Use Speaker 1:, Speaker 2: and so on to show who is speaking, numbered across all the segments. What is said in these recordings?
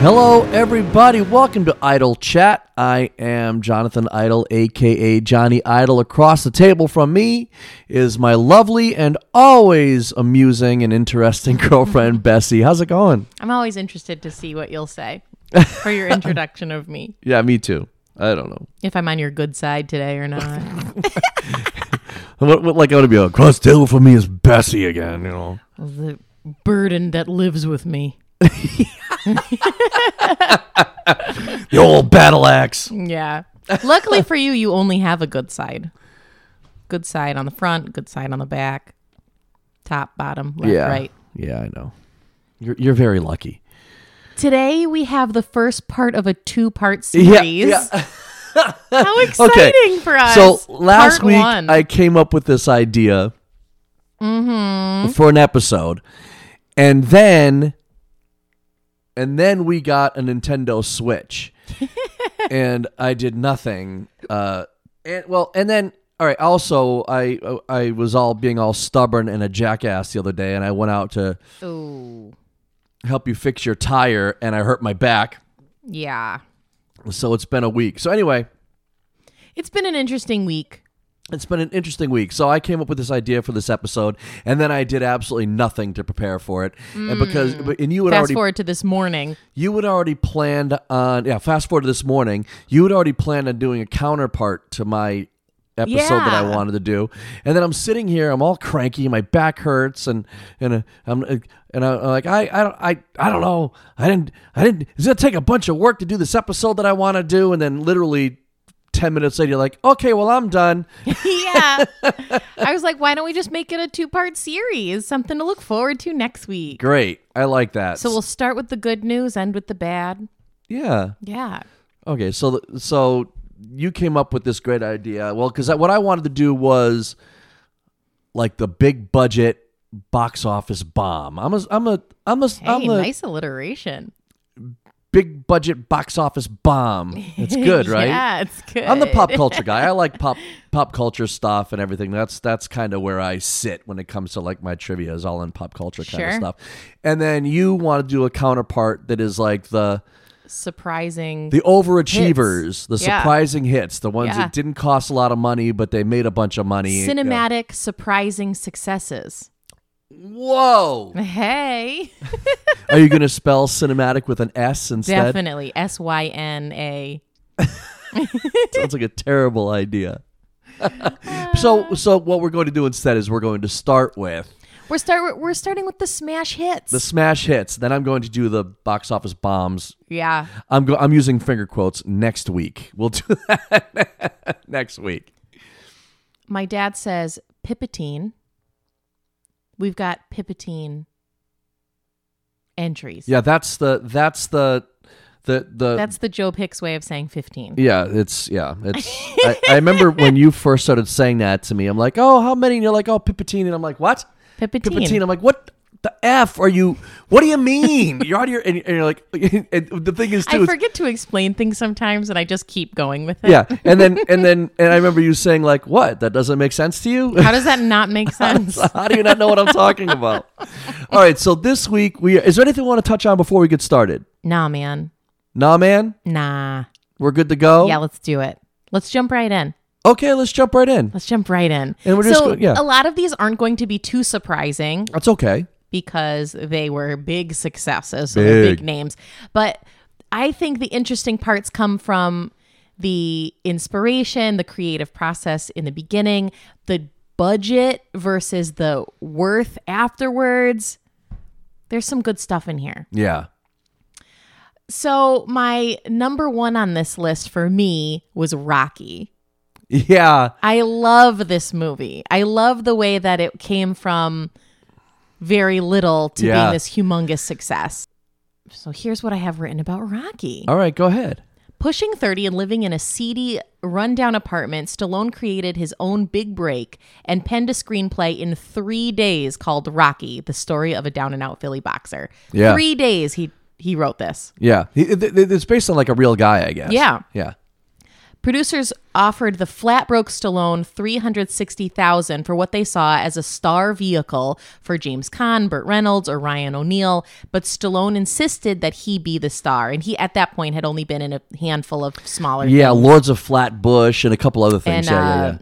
Speaker 1: Hello, everybody. Welcome to Idle Chat. I am Jonathan Idle, aka Johnny Idle. Across the table from me is my lovely and always amusing and interesting girlfriend, Bessie. How's it going?
Speaker 2: I'm always interested to see what you'll say for your introduction of me.
Speaker 1: Yeah, me too. I don't know.
Speaker 2: If I'm on your good side today or not.
Speaker 1: What, what, like, I want to be like, across the table from me is Bessie again, you know?
Speaker 2: the burden that lives with me.
Speaker 1: The old battle axe.
Speaker 2: Yeah. Luckily for you, you only have a good side. Good side on the front, good side on the back, top, bottom, left,
Speaker 1: Yeah.
Speaker 2: right.
Speaker 1: Yeah, I know. You're, you're very lucky.
Speaker 2: Today we have the first part of a two-part series. How exciting for us!
Speaker 1: So last
Speaker 2: Part
Speaker 1: week
Speaker 2: one.
Speaker 1: I came up with this idea
Speaker 2: Mm-hmm.
Speaker 1: for an episode, and then and then we got a Nintendo Switch, and I did nothing. Uh, and well, and then all right. Also, I I was all being all stubborn and a jackass the other day, and I went out to
Speaker 2: Ooh,
Speaker 1: help you fix your tire, and I hurt my back.
Speaker 2: yeah.
Speaker 1: So it's been a week. So anyway,
Speaker 2: It's been an interesting week.
Speaker 1: It's been an interesting week. So I came up with this idea for this episode, and then I did absolutely nothing to prepare for it. And because but- and you had
Speaker 2: Mm. Fast
Speaker 1: already
Speaker 2: forward to this morning.
Speaker 1: you had already planned on yeah, fast forward to this morning, you had already planned on doing a counterpart to my episode that I
Speaker 2: Yeah.
Speaker 1: wanted to do. And then I'm sitting here, I'm all cranky, my back hurts and and uh, I'm uh, and I'm like I I don't I, I don't know. I didn't I didn't it's going to take a bunch of work to do this episode that I want to do and then literally 10 minutes later you're like, "Okay, well I'm done."
Speaker 2: yeah. I was like, why don't we just make it a two part series? Something to look forward to next week.
Speaker 1: Great. I like that.
Speaker 2: So we'll start with the good news, end with the bad.
Speaker 1: Yeah.
Speaker 2: Yeah.
Speaker 1: Okay. So th- so you came up with this great idea. Well, because what I wanted to do was like the big budget box office bomb. I'm a I'm a I'm a,
Speaker 2: Hey,
Speaker 1: am a
Speaker 2: nice alliteration.
Speaker 1: big budget box office bomb. It's good, right?
Speaker 2: yeah, it's good.
Speaker 1: I'm the pop culture guy. I like pop pop culture stuff and everything. That's that's kind of where I sit when it comes to like my trivia is all in pop culture kind of
Speaker 2: Sure.
Speaker 1: stuff. And then you want to do a counterpart that is like the
Speaker 2: Surprising.
Speaker 1: The overachievers, the
Speaker 2: Yeah.
Speaker 1: surprising hits, the ones
Speaker 2: Yeah.
Speaker 1: that didn't cost a lot of money, but they made a bunch of money.
Speaker 2: cinematic, surprising successes.
Speaker 1: Whoa!
Speaker 2: Hey.
Speaker 1: Are you going to spell cinematic with an S instead?
Speaker 2: Definitely. S Y N A.
Speaker 1: Sounds like a terrible idea. so, so what we're going to do instead is we're going to start with
Speaker 2: We're start we're starting with the smash hits.
Speaker 1: the smash hits. Then I'm going to do the box office bombs.
Speaker 2: yeah.
Speaker 1: I'm go- I'm using finger quotes next week. We'll do that next week.
Speaker 2: my dad says Pipitine. We've got Pipitine entries.
Speaker 1: Yeah, that's the that's the the the
Speaker 2: That's the Joe Picks way of saying 15.
Speaker 1: Yeah, it's yeah, it's. I, I remember when you first started saying that to me. I'm like, oh, how many? And you're like, oh, Pipitine. And I'm like, what?
Speaker 2: Pipitine.
Speaker 1: Pipitine. I'm like, what the f are you? What do you mean? You're out of your and, and you're like, and the thing is too.
Speaker 2: I
Speaker 1: it's-
Speaker 2: forget to explain things sometimes and I just keep going with it.
Speaker 1: yeah, and then and then and I remember you saying like, what? That doesn't make sense to you.
Speaker 2: How does that not make sense?
Speaker 1: How do you not know what I'm talking about? All right, so this week we is there anything we want to touch on before we get started?
Speaker 2: nah, man.
Speaker 1: Nah, man,
Speaker 2: Nah.
Speaker 1: we're good to go.
Speaker 2: Yeah, let's do it. Let's jump right in.
Speaker 1: Okay, let's jump right in.
Speaker 2: Let's jump right in.
Speaker 1: And we're
Speaker 2: so
Speaker 1: just go- yeah.
Speaker 2: a lot of these aren't going to be too surprising.
Speaker 1: That's okay.
Speaker 2: because they were big successes, so they're
Speaker 1: Big.
Speaker 2: big names. But I think the interesting parts come from the inspiration, the creative process in the beginning, the budget versus the worth afterwards. There's some good stuff in here.
Speaker 1: Yeah.
Speaker 2: So, my number one on this list for me was Rocky.
Speaker 1: Yeah.
Speaker 2: I love this movie. I love the way that it came from very little to
Speaker 1: Yeah.
Speaker 2: being this humongous success. So here's what I have written about Rocky.
Speaker 1: All right, go ahead.
Speaker 2: Pushing 30 and living in a seedy, rundown apartment, Stallone created his own big break and penned a screenplay in three days called Rocky, the story of a down and out Philly boxer.
Speaker 1: Yeah.
Speaker 2: Three days he, he wrote this.
Speaker 1: Yeah, He- it- it- it's based on like a real guy, I guess.
Speaker 2: Yeah.
Speaker 1: yeah,
Speaker 2: Producers offered the Flatbroke Stallone 360,000 for what they saw as a star vehicle for James Caan, Burt Reynolds, or Ryan O'Neal, but Stallone insisted that he be the star, and he at that point had only been in a handful of smaller
Speaker 1: Yeah, Lords of Flatbush and a couple other
Speaker 2: and
Speaker 1: things. yeah, yeah,
Speaker 2: uh,
Speaker 1: yeah.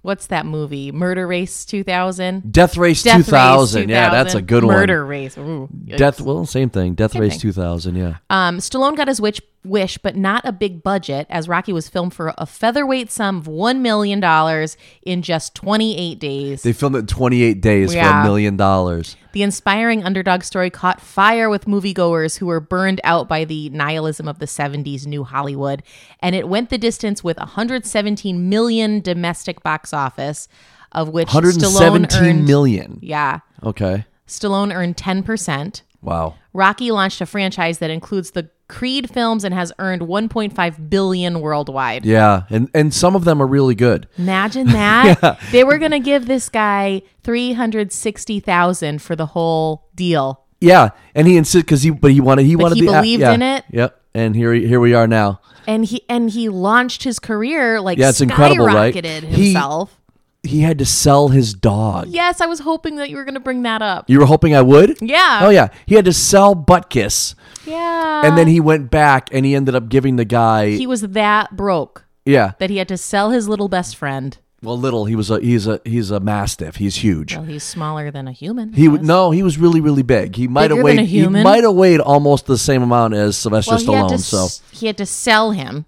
Speaker 2: what's that movie? Murder Race 2000.
Speaker 1: Death Race
Speaker 2: Death Race
Speaker 1: 2000. Yeah, that's a
Speaker 2: 2000.
Speaker 1: good
Speaker 2: Murder Race. Ooh,
Speaker 1: one. Death, well, same thing. Death Race 2000. Yeah.
Speaker 2: Um, Stallone got his wish, wish, but not a big budget, as Rocky was filmed for a featherweight sum of one million dollars in just 28 days.
Speaker 1: They filmed it in 28 days for
Speaker 2: Yeah.
Speaker 1: a million dollars.
Speaker 2: the inspiring underdog story caught fire with moviegoers who were burned out by the nihilism of the 70s New Hollywood, and it went the distance with 117 million domestic box office, of which Stallone
Speaker 1: 117
Speaker 2: earned.
Speaker 1: million.
Speaker 2: Yeah,
Speaker 1: Okay.
Speaker 2: Stallone earned 10 percent.
Speaker 1: Wow.
Speaker 2: Rocky launched a franchise that includes the Creed films and has earned 1.5 billion worldwide.
Speaker 1: Yeah, and and some of them are really good.
Speaker 2: Imagine that. They were going to give this guy 360,000 for the whole deal.
Speaker 1: Yeah, and he insisted because he but he wanted he wanted
Speaker 2: he
Speaker 1: the a-
Speaker 2: believed
Speaker 1: yeah.
Speaker 2: in it?
Speaker 1: Yep, and here he- here we are now.
Speaker 2: And he and he launched his career like
Speaker 1: Yeah, it's incredible, right?
Speaker 2: skyrocketed
Speaker 1: He-
Speaker 2: himself.
Speaker 1: He had to sell his dog.
Speaker 2: yes, I was hoping that you were going to bring that up.
Speaker 1: You were hoping I would?
Speaker 2: Yeah.
Speaker 1: Oh yeah, he had to sell Buttkiss,
Speaker 2: Yeah.
Speaker 1: and then he went back and he ended up giving the guy.
Speaker 2: Uh. he was that broke
Speaker 1: yeah.
Speaker 2: that he had to sell his little best friend.
Speaker 1: Well, little he was a he's a he's a mastiff. He's huge.
Speaker 2: Well, he's smaller than a human.
Speaker 1: He would no, he was really really big. He might have
Speaker 2: Bigger
Speaker 1: weighed
Speaker 2: than a
Speaker 1: he
Speaker 2: human?
Speaker 1: might have weiged almost the same amount as Sylvester
Speaker 2: well, he had
Speaker 1: Stallone.
Speaker 2: to
Speaker 1: so
Speaker 2: s- he had to sell him.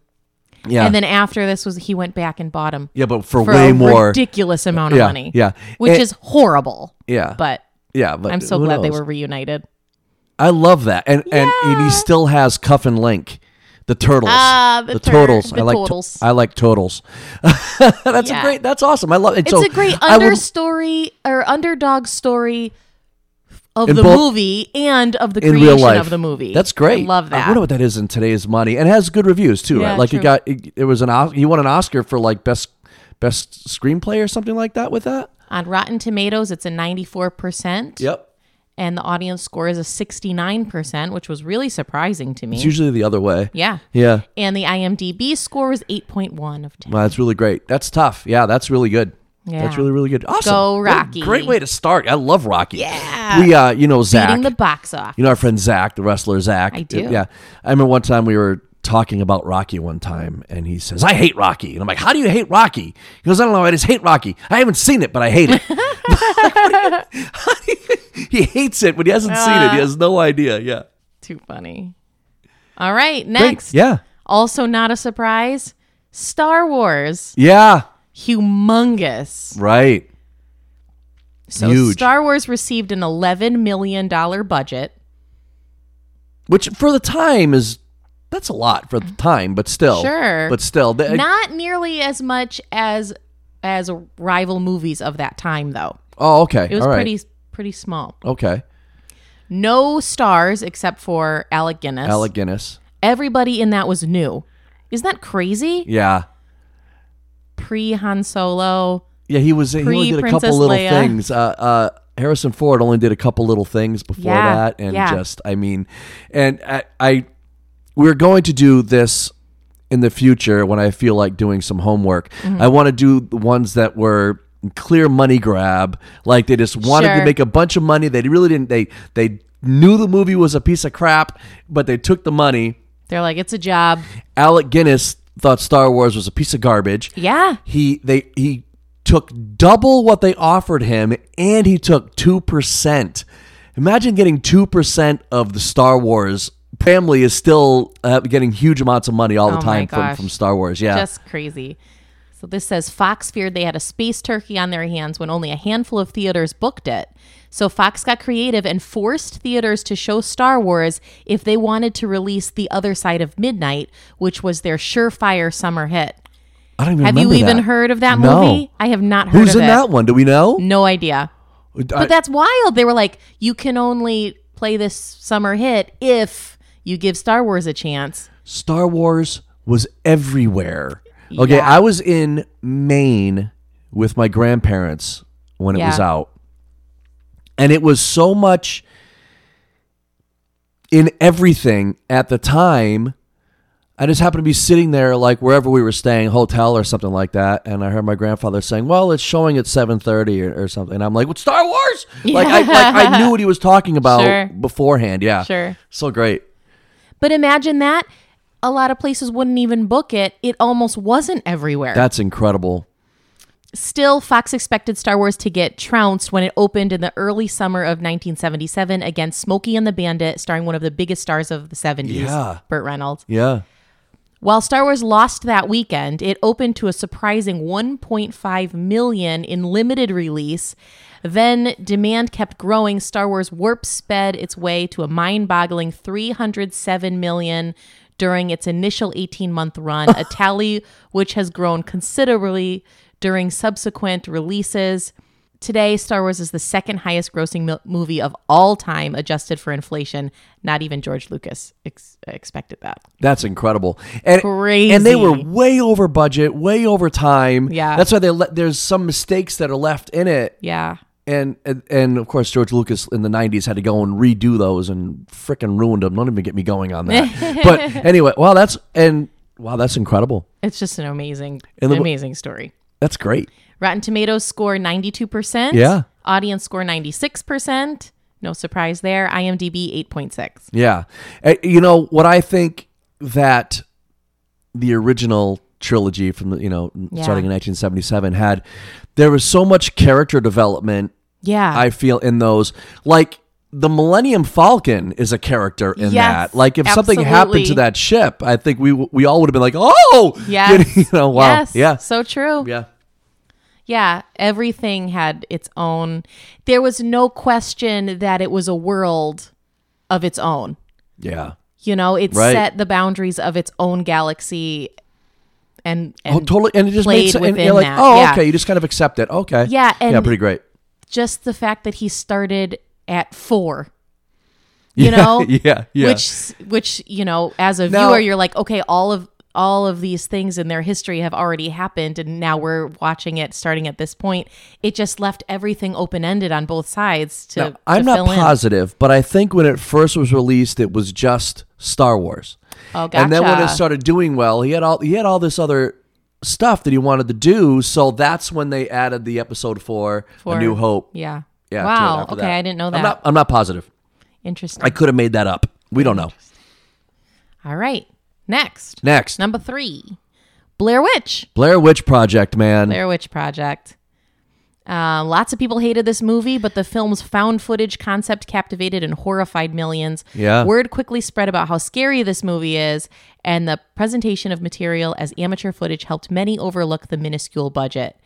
Speaker 1: yeah,
Speaker 2: And then after this was he went back and bought him
Speaker 1: yeah, but for,
Speaker 2: for
Speaker 1: way
Speaker 2: a
Speaker 1: more.
Speaker 2: ridiculous amount of
Speaker 1: yeah,
Speaker 2: money.
Speaker 1: yeah,
Speaker 2: Which
Speaker 1: And-
Speaker 2: is horrible.
Speaker 1: yeah,
Speaker 2: But
Speaker 1: yeah. But
Speaker 2: I'm so
Speaker 1: who
Speaker 2: glad they
Speaker 1: knows?
Speaker 2: were reunited.
Speaker 1: I love that. And and, and he still has Cuff and Link, the turtles.
Speaker 2: Ah, the tur-
Speaker 1: turtles.
Speaker 2: the
Speaker 1: I like to-
Speaker 2: totals.
Speaker 1: I like totals. that's a
Speaker 2: Yeah.
Speaker 1: great. That's awesome. I love it.
Speaker 2: It's
Speaker 1: so
Speaker 2: a great
Speaker 1: I would-
Speaker 2: understory or underdog story of
Speaker 1: In
Speaker 2: the
Speaker 1: both-
Speaker 2: movie and of the
Speaker 1: in
Speaker 2: creation
Speaker 1: real life
Speaker 2: of the movie.
Speaker 1: That's great.
Speaker 2: I love
Speaker 1: I
Speaker 2: that.
Speaker 1: wonder what that is in today's money, and it has good reviews too,
Speaker 2: Yeah,
Speaker 1: right? Like it
Speaker 2: true.
Speaker 1: got it, it was an Os- he won an Oscar for like best best screenplay or something like that with that.
Speaker 2: On Rotten Tomatoes, it's a 94%.
Speaker 1: Yep.
Speaker 2: And the audience score is a 69%, which was really surprising to me.
Speaker 1: It's usually the other way.
Speaker 2: yeah.
Speaker 1: Yeah.
Speaker 2: And the IMDb score was 8.1 of 10.
Speaker 1: Wow, that's really great. That's tough. Yeah, that's really good. That's
Speaker 2: Yeah.
Speaker 1: really really good. Awesome.
Speaker 2: Go
Speaker 1: What a
Speaker 2: Rocky.
Speaker 1: great way to start. I love Rocky.
Speaker 2: Yeah.
Speaker 1: We uh, you know Zach.
Speaker 2: Beating the box off.
Speaker 1: You know our friend Zach, the wrestler Zach. I
Speaker 2: do.
Speaker 1: Yeah, I remember one time we were talking about Rocky one time, and he says, "I hate Rocky," and I'm like, "How do you hate Rocky?" He goes, "I don't know. I just hate Rocky. I haven't seen it, but I hate it." he hates it, but he hasn't seen
Speaker 2: Uh,
Speaker 1: it. He has no idea. Yeah.
Speaker 2: Too funny. All right, next.
Speaker 1: Yeah.
Speaker 2: Also, not a surprise Star Wars.
Speaker 1: Yeah.
Speaker 2: Humongous.
Speaker 1: Right.
Speaker 2: So,
Speaker 1: Huge.
Speaker 2: Star Wars received an $11 million budget.
Speaker 1: Which for the time is that's a lot for the time, but still,
Speaker 2: Sure.
Speaker 1: but still, th-
Speaker 2: Not nearly as much as as rival movies of that time, though.
Speaker 1: oh, okay,
Speaker 2: It was
Speaker 1: all right,
Speaker 2: pretty pretty small.
Speaker 1: okay.
Speaker 2: No stars except for Alec Guinness.
Speaker 1: Alec Guinness,
Speaker 2: Everybody in that was new. Isn't that crazy?
Speaker 1: yeah.
Speaker 2: Pre Han Solo.
Speaker 1: Yeah, he was. He only did a
Speaker 2: Pre-Princess
Speaker 1: couple little
Speaker 2: Leia.
Speaker 1: things. Uh, uh, Harrison Ford only did a couple little things before
Speaker 2: Yeah,
Speaker 1: that, and
Speaker 2: yeah.
Speaker 1: just, I mean, and I, I, we're going to do this in the future when I feel like doing some homework.
Speaker 2: Mm-hmm.
Speaker 1: I want to do the ones that were clear money grab, like they just wanted to
Speaker 2: Sure.
Speaker 1: make a bunch of money. They really didn't. They they knew the movie was a piece of crap, but they took the money.
Speaker 2: They're like, it's a job.
Speaker 1: Alec Guinness thought Star Wars was a piece of garbage
Speaker 2: Yeah.
Speaker 1: he they he took double what they offered him and he took 2% imagine getting 2% of the star wars family is still uh, getting huge amounts of money all the
Speaker 2: Oh my
Speaker 1: time from,
Speaker 2: gosh.
Speaker 1: from star wars yeah
Speaker 2: Just crazy. So this says Fox feared they had a space turkey on their hands when only a handful of theaters booked it. So Fox got creative and forced theaters to show Star Wars if they wanted to release The Other Side of Midnight, which was their surefire summer hit.
Speaker 1: i don't even
Speaker 2: Have you
Speaker 1: remember
Speaker 2: even
Speaker 1: that.
Speaker 2: heard of that
Speaker 1: No.
Speaker 2: movie? I have not heard
Speaker 1: who's
Speaker 2: of
Speaker 1: in
Speaker 2: it.
Speaker 1: that one do we know
Speaker 2: No idea.
Speaker 1: I-
Speaker 2: But that's wild. They were like, you can only play this summer hit if you give Star Wars a chance.
Speaker 1: Star Wars was everywhere. Okay,
Speaker 2: Yeah.
Speaker 1: I was in Maine with my grandparents when it was
Speaker 2: Yeah.
Speaker 1: out. And it was so much in everything at the time. I just happened to be sitting there, like wherever we were staying, hotel or something like that, and I heard my grandfather saying, "Well, it's showing at 7.30 or, or something." And I'm like, "What Star Wars?" Like, I, like I knew what he was talking about
Speaker 2: Sure.
Speaker 1: beforehand. Yeah,
Speaker 2: Sure.
Speaker 1: So great.
Speaker 2: But imagine that. A lot of places wouldn't even book it. It almost wasn't everywhere.
Speaker 1: That's incredible.
Speaker 2: Still, Fox expected Star Wars to get trounced when it opened in the early summer of 1977 against Smokey and the Bandit, starring one of the biggest stars of the 70s,
Speaker 1: Yeah.
Speaker 2: Burt Reynolds.
Speaker 1: Yeah.
Speaker 2: While Star Wars lost that weekend, it opened to a surprising 1.5 million in limited release. Then demand kept growing. Star Wars warp sped its way to a mind-boggling 307 million during its initial 18-month run, a tally which has grown considerably during subsequent releases. Today, Star Wars is the second highest grossing mil- movie of all time adjusted for inflation. Not even George Lucas ex- expected that.
Speaker 1: That's incredible. And,
Speaker 2: Crazy.
Speaker 1: And they were way over budget, way over time.
Speaker 2: Yeah.
Speaker 1: That's why they let there's some mistakes that are left in it.
Speaker 2: Yeah.
Speaker 1: And, and and of course George Lucas in the 90s had to go and redo those and frickin' ruined them. Don't even get me going on that. but anyway, wow, that's and wow, that's incredible.
Speaker 2: It's just an amazing,
Speaker 1: And the-
Speaker 2: amazing story.
Speaker 1: That's great.
Speaker 2: Rotten Tomatoes score 92%.
Speaker 1: Yeah.
Speaker 2: Audience score 96%. No surprise there. IMDb 8.6.
Speaker 1: Yeah. Uh, You know what I think that the original trilogy from the, you know
Speaker 2: Yeah.
Speaker 1: starting in 1977 had there was so much character development
Speaker 2: Yeah.
Speaker 1: I feel in those. Like the Millennium Falcon is a character in
Speaker 2: Yes,
Speaker 1: that. Like if something happened to
Speaker 2: absolutely.
Speaker 1: that ship, I think we we all would have been like, "Oh,
Speaker 2: Yes.
Speaker 1: you know, wow,
Speaker 2: Yes.
Speaker 1: yeah,
Speaker 2: So true.
Speaker 1: yeah,
Speaker 2: Yeah, everything had its own. There was no question that it was a world of its own.
Speaker 1: yeah."
Speaker 2: You know, it
Speaker 1: Right.
Speaker 2: set the boundaries of its own galaxy and, and
Speaker 1: Oh, totally, and it just
Speaker 2: played
Speaker 1: makes it. And
Speaker 2: within
Speaker 1: you're like,
Speaker 2: that,
Speaker 1: "Oh,
Speaker 2: yeah.
Speaker 1: okay." You just kind of accept it. Okay,
Speaker 2: Yeah,
Speaker 1: yeah,
Speaker 2: and-
Speaker 1: pretty great.
Speaker 2: just the fact that he started at four. You
Speaker 1: Yeah,
Speaker 2: know?
Speaker 1: yeah, yeah.
Speaker 2: Which which, you know, as a
Speaker 1: Now-
Speaker 2: viewer, you're like, okay, all of all of these things in their history have already happened and now we're watching it starting at this point. It just left everything open ended on both sides to, to
Speaker 1: I'm not
Speaker 2: fill
Speaker 1: positive, but I think when it first was released, it was just Star Wars.
Speaker 2: in. Oh gotcha.
Speaker 1: And then when it started doing well, he had all he had all this other stuff that he wanted to do. So that's when they added the episode for,
Speaker 2: For-
Speaker 1: A New Hope.
Speaker 2: Yeah.
Speaker 1: Yeah. to it
Speaker 2: Wow.
Speaker 1: after
Speaker 2: Okay,
Speaker 1: that.
Speaker 2: I didn't know that.
Speaker 1: I'm not, I'm not positive.
Speaker 2: Interesting.
Speaker 1: I could have made that up. We don't know.
Speaker 2: All right. Next.
Speaker 1: Next,
Speaker 2: Number three. Blair Witch.
Speaker 1: Blair Witch Project, man.
Speaker 2: Blair Witch Project. Uh, lots of people hated this movie, but the film's found footage concept captivated and horrified millions.
Speaker 1: Yeah.
Speaker 2: Word quickly spread about how scary this movie is, and the presentation of material as amateur footage helped many overlook the minuscule budget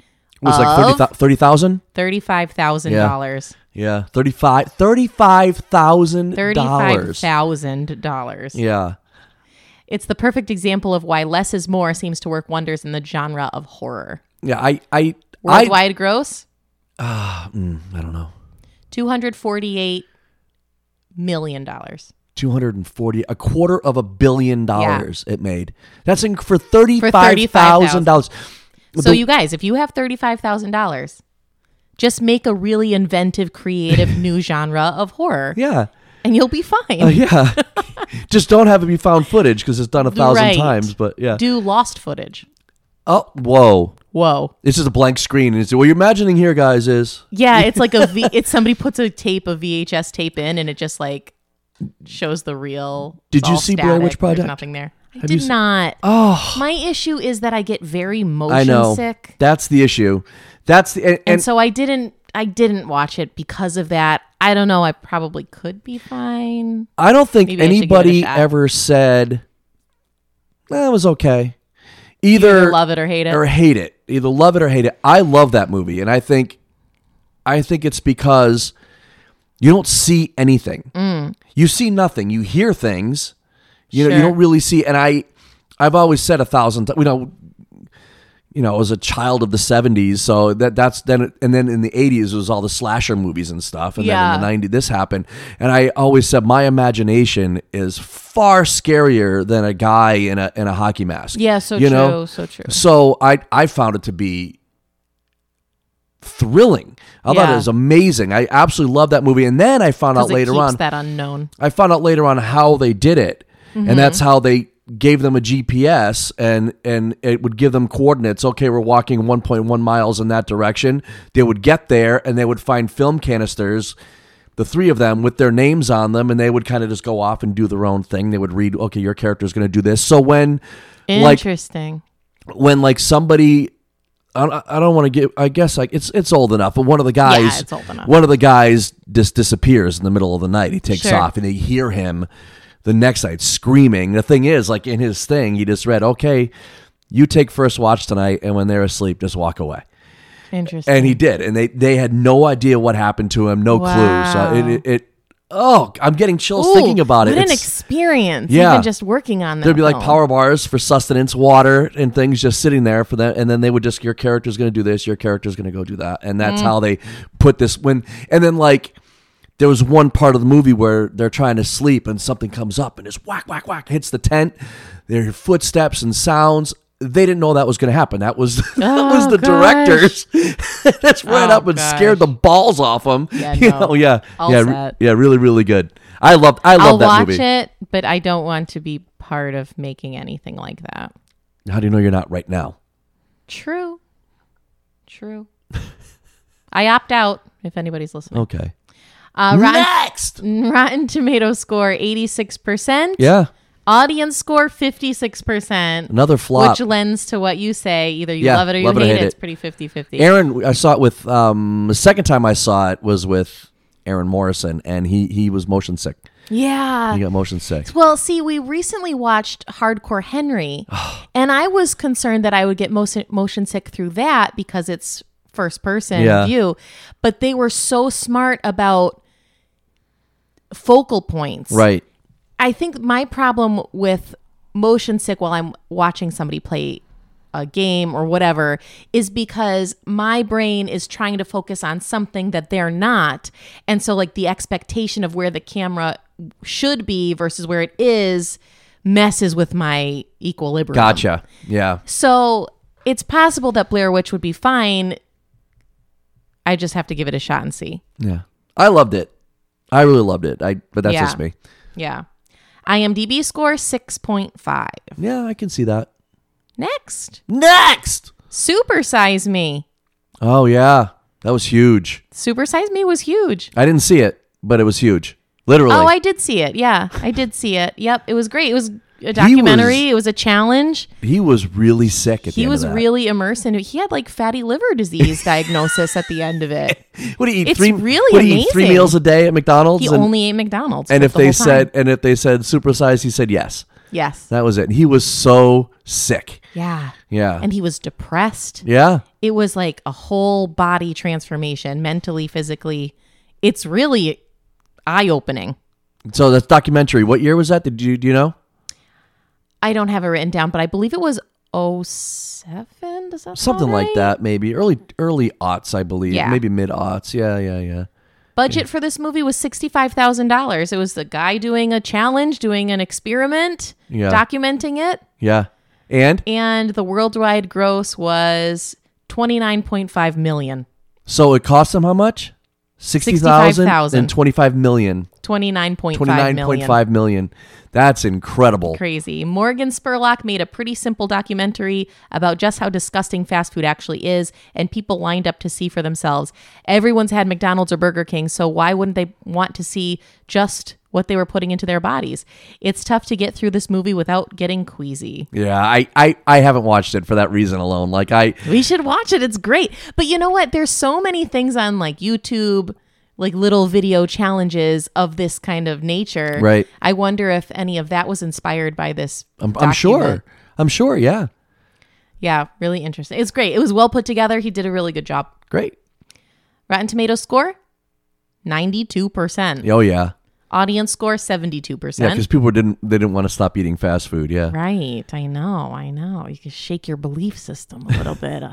Speaker 1: It was like 30 30000
Speaker 2: $35,000.
Speaker 1: Yeah, 35 $35,000.
Speaker 2: $35,000.
Speaker 1: yeah.
Speaker 2: It's the perfect example of why less is more seems to work wonders in the genre of horror.
Speaker 1: Yeah, I I I,
Speaker 2: Worldwide gross,
Speaker 1: I don't know.
Speaker 2: $248 million.
Speaker 1: 240 a quarter of a billion dollars it made. That's in for $35,000.
Speaker 2: So you guys, if you have thirty-five thousand dollars, just make a really inventive, creative new genre of horror,
Speaker 1: Yeah.
Speaker 2: and you'll be fine.
Speaker 1: Uh, yeah. Just don't have it be found footage because it's done a thousand
Speaker 2: Right.
Speaker 1: times. But yeah.
Speaker 2: Do lost footage.
Speaker 1: oh, whoa.
Speaker 2: Whoa.
Speaker 1: This is a blank screen. And it's, what you're imagining here, guys, is
Speaker 2: Yeah, it's like a V. It's somebody puts a tape, a VHS tape in, and it just like shows the real. it's
Speaker 1: Did you
Speaker 2: all
Speaker 1: see Blair Witch
Speaker 2: static.
Speaker 1: Project?
Speaker 2: There's nothing there. I
Speaker 1: you
Speaker 2: did
Speaker 1: se-
Speaker 2: not.
Speaker 1: oh,
Speaker 2: My issue is that I get very motion
Speaker 1: I know.
Speaker 2: sick,
Speaker 1: That's the issue. That's the and,
Speaker 2: and,
Speaker 1: and
Speaker 2: so I didn't. I didn't watch it because of that. I don't know. I probably could be fine.
Speaker 1: I don't think
Speaker 2: Maybe I should give it a
Speaker 1: anybody
Speaker 2: shot.
Speaker 1: ever said that was okay. Either,
Speaker 2: Either love it or hate it.
Speaker 1: or hate it. Either love it or hate it. I love that movie, and I think, I think it's because you don't see anything. You see nothing. You hear things. You know, you
Speaker 2: Mm. Sure.
Speaker 1: don't really see. And I, I've always said a thousand times. You know, you know, I was a child of the '70s, so that that's then. And then in the '80s was all the slasher movies and stuff. And
Speaker 2: Yeah.
Speaker 1: then in the '90s, this happened. And I always said my imagination is far scarier than a guy in a in a hockey mask.
Speaker 2: Yeah, so
Speaker 1: you
Speaker 2: true,
Speaker 1: know?
Speaker 2: so true.
Speaker 1: So I I found it to be thrilling. I thought it
Speaker 2: Yeah.
Speaker 1: was amazing. I absolutely loved that movie. And then I found out
Speaker 2: Because it
Speaker 1: later
Speaker 2: keeps
Speaker 1: on
Speaker 2: that unknown. Mm-hmm.
Speaker 1: I found out later on how they did it. And that's how they gave them a GPS and and it would give them coordinates. Okay, we're walking 1.1 miles in that direction. They would get there and they would find film canisters, the three of them with their names on them, and they would kind of just go off and do their own thing. They would read, okay, your character is going to do this. So when like
Speaker 2: Interesting.
Speaker 1: when like somebody I don't, I don't want to give I guess like it's it's old enough but one of the guys
Speaker 2: it's old enough.
Speaker 1: one of the guys just disappears in the middle of the night he takes
Speaker 2: Sure.
Speaker 1: off and they hear him the next night screaming the thing is like in his thing he just read okay you take first watch tonight and when they're asleep just walk away
Speaker 2: Interesting.
Speaker 1: and he did and they they had no idea what happened to him no clue so
Speaker 2: Wow.
Speaker 1: it, it, it oh I'm getting chills
Speaker 2: Ooh,
Speaker 1: thinking about it
Speaker 2: What an
Speaker 1: It's-
Speaker 2: experience.
Speaker 1: Yeah.
Speaker 2: Even just working on that.
Speaker 1: There'd be like
Speaker 2: film.
Speaker 1: power bars for sustenance, water, and things just sitting there for them. And then they would just, your character's going to do this, your character's going to go do that. And that's
Speaker 2: Mm.
Speaker 1: how they put this when. And then, like, there was one part of the movie where they're trying to sleep and something comes up and just whack, whack, whack, hits the tent. There are footsteps and sounds. They didn't know that was going to happen. That was that was
Speaker 2: Oh,
Speaker 1: the
Speaker 2: gosh.
Speaker 1: directors. That's ran
Speaker 2: Oh,
Speaker 1: up and
Speaker 2: gosh.
Speaker 1: scared the balls off them.
Speaker 2: Yeah,
Speaker 1: you
Speaker 2: no.
Speaker 1: know, yeah,
Speaker 2: All
Speaker 1: yeah, re-
Speaker 2: set.
Speaker 1: yeah, really, really good. I loved, I
Speaker 2: I'll
Speaker 1: love that
Speaker 2: watch
Speaker 1: movie.
Speaker 2: it, but I don't want to be part of making anything like that.
Speaker 1: How do you know you're not right now?
Speaker 2: True. True. I opt out if anybody's listening.
Speaker 1: Okay.
Speaker 2: Uh,
Speaker 1: Next.
Speaker 2: Rotten, Rotten Tomato score 86%.
Speaker 1: Yeah,
Speaker 2: Audience score 56%.
Speaker 1: another flop.
Speaker 2: Which lends to what you say. Either you
Speaker 1: Yeah,
Speaker 2: love it or you
Speaker 1: love it or
Speaker 2: hate
Speaker 1: hate
Speaker 2: it. It's
Speaker 1: it.
Speaker 2: pretty 50 50.
Speaker 1: Aaron, I saw it with um, the second time I saw it was with Aaron Morrison, and he he was motion sick.
Speaker 2: yeah.
Speaker 1: He got motion sick.
Speaker 2: Well, see, we recently watched Hardcore Henry, and I was concerned that I would get motion, motion sick through that because it's first person
Speaker 1: Yeah.
Speaker 2: view. But they were so smart about focal points.
Speaker 1: Right.
Speaker 2: I think my problem with motion sick while I'm watching somebody play a game or whatever is because my brain is trying to focus on something that they're not. And so, like, the expectation of where the camera should be versus where it is messes with my equilibrium.
Speaker 1: Gotcha. Yeah.
Speaker 2: So, it's possible that Blair Witch would be fine. I just have to give it a shot and see.
Speaker 1: Yeah. I loved it. I really loved it. I but that's
Speaker 2: Yeah.
Speaker 1: just me.
Speaker 2: Yeah. IMDb score 6.5.
Speaker 1: Yeah, I can see that.
Speaker 2: Next.
Speaker 1: Next.
Speaker 2: Supersize Me.
Speaker 1: Oh yeah, that was huge.
Speaker 2: Supersize Me was huge.
Speaker 1: I didn't see it, but it was huge. Literally.
Speaker 2: Oh, I did see it. Yeah, I did see it. Yep, it was great. It was a documentary. it was a challenge.
Speaker 1: he was really sick at the
Speaker 2: He
Speaker 1: end
Speaker 2: was
Speaker 1: of that.
Speaker 2: really immersed in it. He had like fatty liver disease diagnosis at the end of it.
Speaker 1: What do you eat?
Speaker 2: It's
Speaker 1: three,
Speaker 2: really
Speaker 1: what do you eat, three
Speaker 2: amazing.
Speaker 1: meals a day at McDonald's.
Speaker 2: He
Speaker 1: and
Speaker 2: only ate McDonald's.
Speaker 1: and
Speaker 2: for
Speaker 1: if
Speaker 2: the
Speaker 1: they
Speaker 2: whole time.
Speaker 1: said and if they said supersize, he said yes.
Speaker 2: yes,
Speaker 1: That was it. He was so sick.
Speaker 2: yeah,
Speaker 1: Yeah.
Speaker 2: and he was depressed.
Speaker 1: yeah.
Speaker 2: It was like a whole body transformation, mentally, physically. It's really eye opening.
Speaker 1: So that's documentary. What year was that? Did you do you know?
Speaker 2: I don't have it written down, but I believe it was 07? Does that sound
Speaker 1: Something
Speaker 2: right?
Speaker 1: like that, maybe early early aughts, I believe.
Speaker 2: Yeah.
Speaker 1: Maybe mid aughts. Yeah, yeah, yeah. Hmm.
Speaker 2: Budget for this movie was $65,000. It was the guy doing a challenge, doing an experiment,
Speaker 1: Yeah.
Speaker 2: documenting it,
Speaker 1: Yeah. And
Speaker 2: and the worldwide gross was 29.5 million.
Speaker 1: so it cost him how much? Sixty thousand and
Speaker 2: 65,000.
Speaker 1: twenty five million.
Speaker 2: 29.5
Speaker 1: Twenty-nine point
Speaker 2: million.
Speaker 1: five million. That's incredible.
Speaker 2: Crazy. Morgan Spurlock made a pretty simple documentary about just how disgusting fast food actually is, and people lined up to see for themselves. Everyone's had McDonald's or Burger King, so why wouldn't they want to see just what they were putting into their bodies? It's tough to get through this movie without getting queasy.
Speaker 1: Yeah, I, I, I haven't watched it for that reason alone. Like I
Speaker 2: We should watch it. It's great. But you know what? There's so many things on like YouTube, like little video challenges of this kind of nature.
Speaker 1: Right.
Speaker 2: I wonder if any of that was inspired by this.
Speaker 1: I'm, I'm
Speaker 2: document.
Speaker 1: sure. I'm sure, yeah.
Speaker 2: Yeah, really interesting. It's great. It was well put together. He did a really good job.
Speaker 1: Great.
Speaker 2: Rotten Tomato score 92%.
Speaker 1: Oh yeah.
Speaker 2: Audience score
Speaker 1: Yeah,
Speaker 2: 72%.
Speaker 1: because people didn't they didn't want to stop eating fast food. Yeah,
Speaker 2: right. I know. I know. You can shake your belief system a little bit. Uh,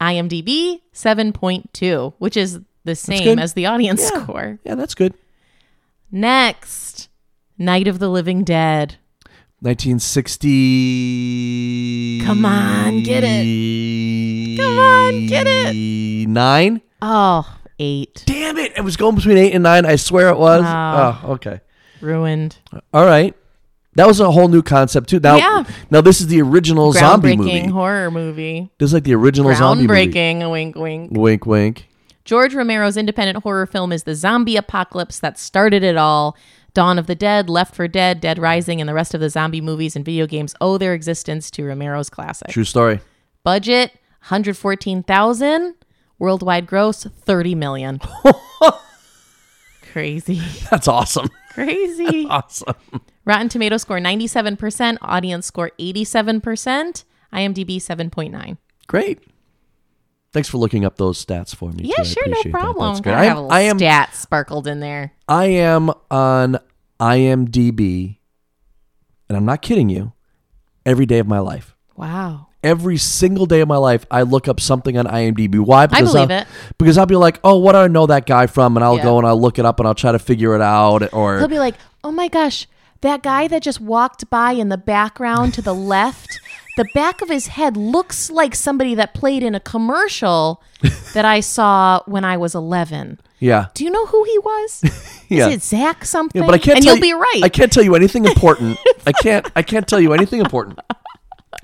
Speaker 2: IMDb 7.2, which is the
Speaker 1: good.
Speaker 2: same as the audience score.
Speaker 1: yeah, that's good.
Speaker 2: Next, Night of the Living Dead.
Speaker 1: 1960.
Speaker 2: Come on, get
Speaker 1: it. Come on, get it. Nine.
Speaker 2: Oh, eight.
Speaker 1: Damn it! It was going between eight and nine. I swear it was.
Speaker 2: Wow.
Speaker 1: Oh, okay.
Speaker 2: Ruined.
Speaker 1: All right. That was a whole new concept too. Now,
Speaker 2: Yeah.
Speaker 1: now this is the original zombie
Speaker 2: Groundbreaking
Speaker 1: movie.
Speaker 2: horror movie.
Speaker 1: This is like the original zombie movie.
Speaker 2: Groundbreaking, a wink, wink.
Speaker 1: Wink, wink.
Speaker 2: George Romero's independent horror film is the zombie apocalypse that started it all. Dawn of the Dead, Left for Dead, Dead Rising, and the rest of the zombie movies and video games owe their existence to Romero's classic.
Speaker 1: True story.
Speaker 2: Budget 114,000, worldwide gross 30 million. Crazy.
Speaker 1: That's awesome.
Speaker 2: Crazy.
Speaker 1: Awesome.
Speaker 2: Rotten Tomato score 97%, audience score 87%, IMDb 7.9.
Speaker 1: Great. Thanks for looking up those stats for me.
Speaker 2: Yeah,
Speaker 1: too. I
Speaker 2: sure, no
Speaker 1: appreciate that.
Speaker 2: problem.
Speaker 1: That's great.
Speaker 2: Gotta
Speaker 1: I
Speaker 2: have a
Speaker 1: am,
Speaker 2: little
Speaker 1: I am
Speaker 2: stat sparkled in there.
Speaker 1: I am on IMDb, and I'm not kidding you, every day of my life.
Speaker 2: Wow.
Speaker 1: Every single day of my life, I look up something on IMDb. Why?
Speaker 2: believe
Speaker 1: I'll,
Speaker 2: it.
Speaker 1: Because I'll be like, oh, what do I know that guy from? And I'll
Speaker 2: Yeah.
Speaker 1: go and I'll look it up and I'll try to figure it out. Or
Speaker 2: He'll be like, oh my gosh, that guy that just walked by in the background to the left, the back of his head looks like somebody that played in a commercial that I saw when I was 11.
Speaker 1: yeah,
Speaker 2: Do you know who he was?
Speaker 1: yeah.
Speaker 2: Is it Zach something?
Speaker 1: Yeah, but I can't.
Speaker 2: and
Speaker 1: tell
Speaker 2: you'll be
Speaker 1: you-
Speaker 2: right.
Speaker 1: I can't tell you anything important. I can't. I can't tell you anything important.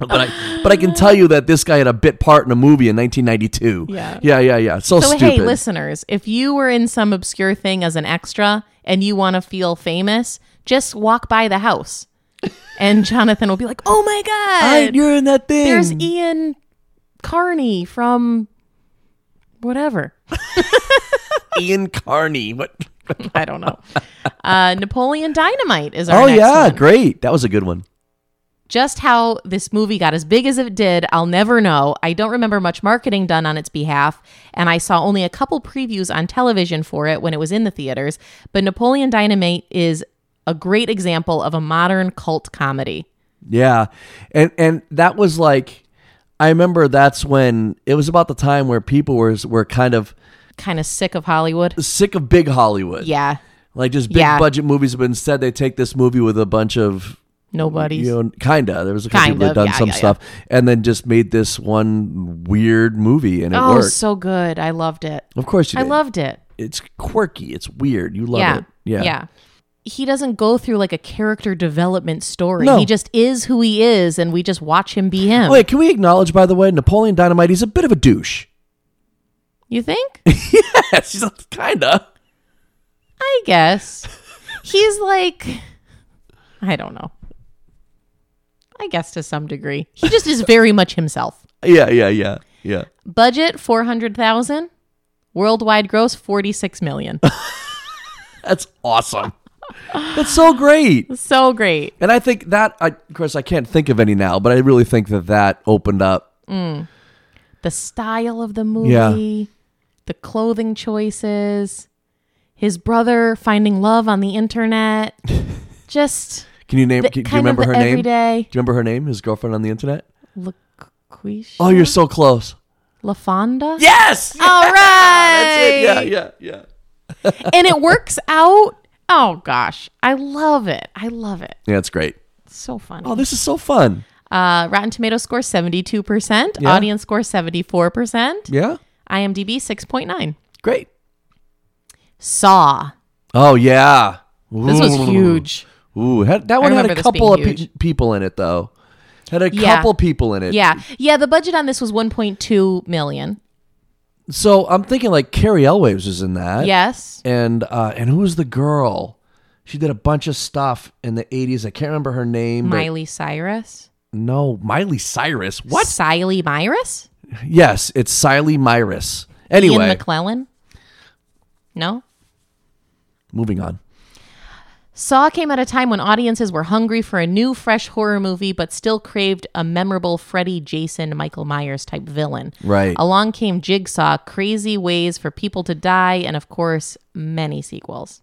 Speaker 1: But I, but I can tell you that this guy had a bit part in a movie in 1992.
Speaker 2: Yeah.
Speaker 1: yeah, yeah, yeah. So,
Speaker 2: So
Speaker 1: stupid.
Speaker 2: hey, listeners, if you were in some obscure thing as an extra and you want to feel famous, just walk by the house, and Jonathan will be like, "Oh my
Speaker 1: I,
Speaker 2: god,
Speaker 1: you're in that thing.
Speaker 2: there's Ian Carney from whatever."
Speaker 1: Ian Carney. What?
Speaker 2: I don't know. Uh, Napoleon Dynamite is our
Speaker 1: Oh
Speaker 2: next
Speaker 1: yeah,
Speaker 2: one.
Speaker 1: great. That was a good one.
Speaker 2: Just how this movie got as big as it did, I'll never know. I don't remember much marketing done on its behalf, and I saw only a couple previews on television for it when it was in the theaters. But Napoleon Dynamite is a great example of a modern cult comedy.
Speaker 1: Yeah, and and that was like, I remember that's when it was about the time where people were were kind of
Speaker 2: Kind of sick of Hollywood.
Speaker 1: sick of big Hollywood.
Speaker 2: Yeah.
Speaker 1: Like just big
Speaker 2: Yeah.
Speaker 1: budget movies, but instead they take this movie with a bunch of
Speaker 2: Nobody's.
Speaker 1: you know, kinda. There was a couple
Speaker 2: Kind
Speaker 1: people that
Speaker 2: of,
Speaker 1: done
Speaker 2: yeah,
Speaker 1: some
Speaker 2: yeah, yeah.
Speaker 1: stuff, and then just made this one weird movie, and it
Speaker 2: oh,
Speaker 1: worked.
Speaker 2: so good. I loved it.
Speaker 1: of course, you
Speaker 2: I
Speaker 1: did.
Speaker 2: loved it.
Speaker 1: It's quirky. It's weird. You love
Speaker 2: yeah.
Speaker 1: it. Yeah.
Speaker 2: Yeah. He doesn't go through like a character development story.
Speaker 1: No.
Speaker 2: He just is who he is, and we just watch him be him.
Speaker 1: Oh, Wait, can we acknowledge, by the way, Napoleon Dynamite? He's a bit of a douche.
Speaker 2: You think?
Speaker 1: Yes, he's kinda.
Speaker 2: I guess. He's like, I don't know. I guess to some degree. He just is very much himself.
Speaker 1: Yeah, yeah, yeah, yeah.
Speaker 2: Budget 400,000. Worldwide gross 46 million.
Speaker 1: That's awesome. That's so great.
Speaker 2: so great.
Speaker 1: And I think that, I, of course, I can't think of any now, but I really think that that opened up.
Speaker 2: The style of the movie,
Speaker 1: Yeah.
Speaker 2: the clothing choices, his brother finding love on the internet. just
Speaker 1: Can you name?
Speaker 2: the,
Speaker 1: can, do you
Speaker 2: kind of
Speaker 1: remember
Speaker 2: the
Speaker 1: her name? Do
Speaker 2: everyday.
Speaker 1: you remember her name? His girlfriend on the internet.
Speaker 2: Laquisha?
Speaker 1: Oh, you're so close.
Speaker 2: LaFonda?
Speaker 1: Yes.
Speaker 2: All right.
Speaker 1: Yeah, yeah, yeah.
Speaker 2: and it works out. Oh gosh, I love it. I love it.
Speaker 1: Yeah, it's great.
Speaker 2: It's so funny.
Speaker 1: Oh, this is so fun.
Speaker 2: Uh, Rotten Tomato score 72%,
Speaker 1: Yeah.
Speaker 2: audience score 74%,
Speaker 1: Yeah,
Speaker 2: IMDb 6.9.
Speaker 1: great.
Speaker 2: Saw.
Speaker 1: Oh yeah.
Speaker 2: This was
Speaker 1: Ooh.
Speaker 2: huge.
Speaker 1: Ooh, had, that one had
Speaker 2: remember
Speaker 1: a
Speaker 2: this
Speaker 1: couple of
Speaker 2: being
Speaker 1: pe- people in it though. Had a
Speaker 2: Yeah.
Speaker 1: couple people in it.
Speaker 2: Yeah. Yeah, the budget on this was 1.2 million.
Speaker 1: So I'm thinking like Carrie Elways was in that.
Speaker 2: Yes.
Speaker 1: and uh, and who was the girl? She did a bunch of stuff in the '80s. I can't remember her name. but-
Speaker 2: Miley Cyrus.
Speaker 1: no, Miley Cyrus. What?
Speaker 2: Siley Myris?
Speaker 1: Yes, it's Siley Myris.
Speaker 2: Ian
Speaker 1: Anyway,
Speaker 2: McClellan? No?
Speaker 1: moving on.
Speaker 2: Saw came at a time when audiences were hungry for a new, fresh horror movie, but still craved a memorable Freddy, Jason, Michael Myers type villain.
Speaker 1: Right.
Speaker 2: Along came Jigsaw, Crazy Ways for People to Die, and of course, many sequels.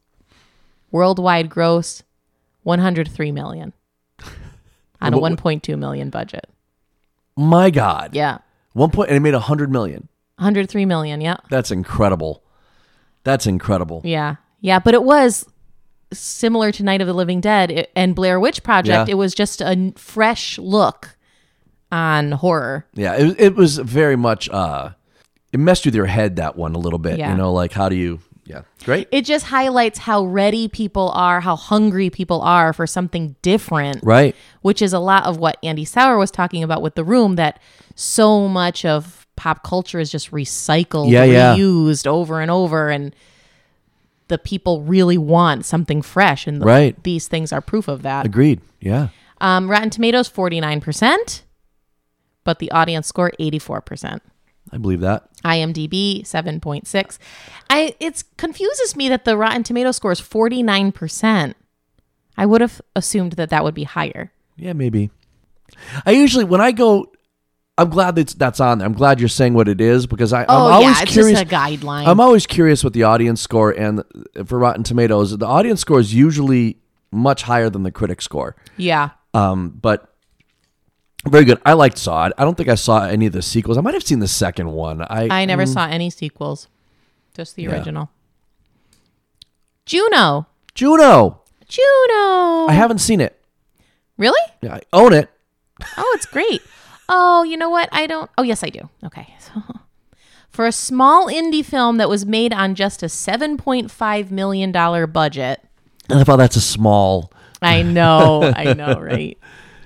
Speaker 2: Worldwide gross, 103 million on a
Speaker 1: What-
Speaker 2: 1.2 million budget.
Speaker 1: My God,
Speaker 2: Yeah.
Speaker 1: one point, and it made a hundred million.
Speaker 2: 103 million. Yeah.
Speaker 1: That's incredible. That's incredible.
Speaker 2: Yeah. Yeah. But it was similar to Night of the Living Dead i- and Blair Witch Project.
Speaker 1: Yeah.
Speaker 2: It was just a n- fresh look on horror.
Speaker 1: Yeah, it, it was very much. uh It messed with your head that one a little bit.
Speaker 2: Yeah.
Speaker 1: You know, like how do you? Yeah. Great.
Speaker 2: It just highlights how ready people are, how hungry people are for something different,
Speaker 1: Right.
Speaker 2: which is a lot of what Andy Sauer was talking about with The Room that so much of pop culture is just recycled,
Speaker 1: Yeah, yeah.
Speaker 2: reused over and over and the people really want something fresh and the-
Speaker 1: Right.
Speaker 2: these things are proof of that.
Speaker 1: Agreed. Yeah.
Speaker 2: Um, Rotten Tomatoes 49%, but the audience score 84%.
Speaker 1: I believe that.
Speaker 2: IMDb 7.6. I it confuses me that the Rotten Tomato score is 49%. I would have assumed that that would be higher.
Speaker 1: Yeah, maybe. I usually when I go, I'm glad that's that's on there. I'm glad you're saying what it is because I,
Speaker 2: Oh
Speaker 1: I'm always
Speaker 2: yeah, it's
Speaker 1: curious.
Speaker 2: just a guideline.
Speaker 1: I'm always curious with the audience score and for Rotten Tomatoes, the audience score is usually much higher than the critic score.
Speaker 2: yeah.
Speaker 1: Um, but very good. I liked Saw. I don't think I saw any of the sequels. I might have seen the second one. I,
Speaker 2: I never saw any sequels. Just the original. Juno.
Speaker 1: Juno.
Speaker 2: Juno.
Speaker 1: I haven't seen it.
Speaker 2: really?
Speaker 1: Yeah, I own it.
Speaker 2: Oh, it's great. oh, you know what? I don't. Oh, yes, I do. Okay. For a small indie film that was made on just a $7.5 million budget,
Speaker 1: And I thought that's a small.
Speaker 2: I know, I know, right?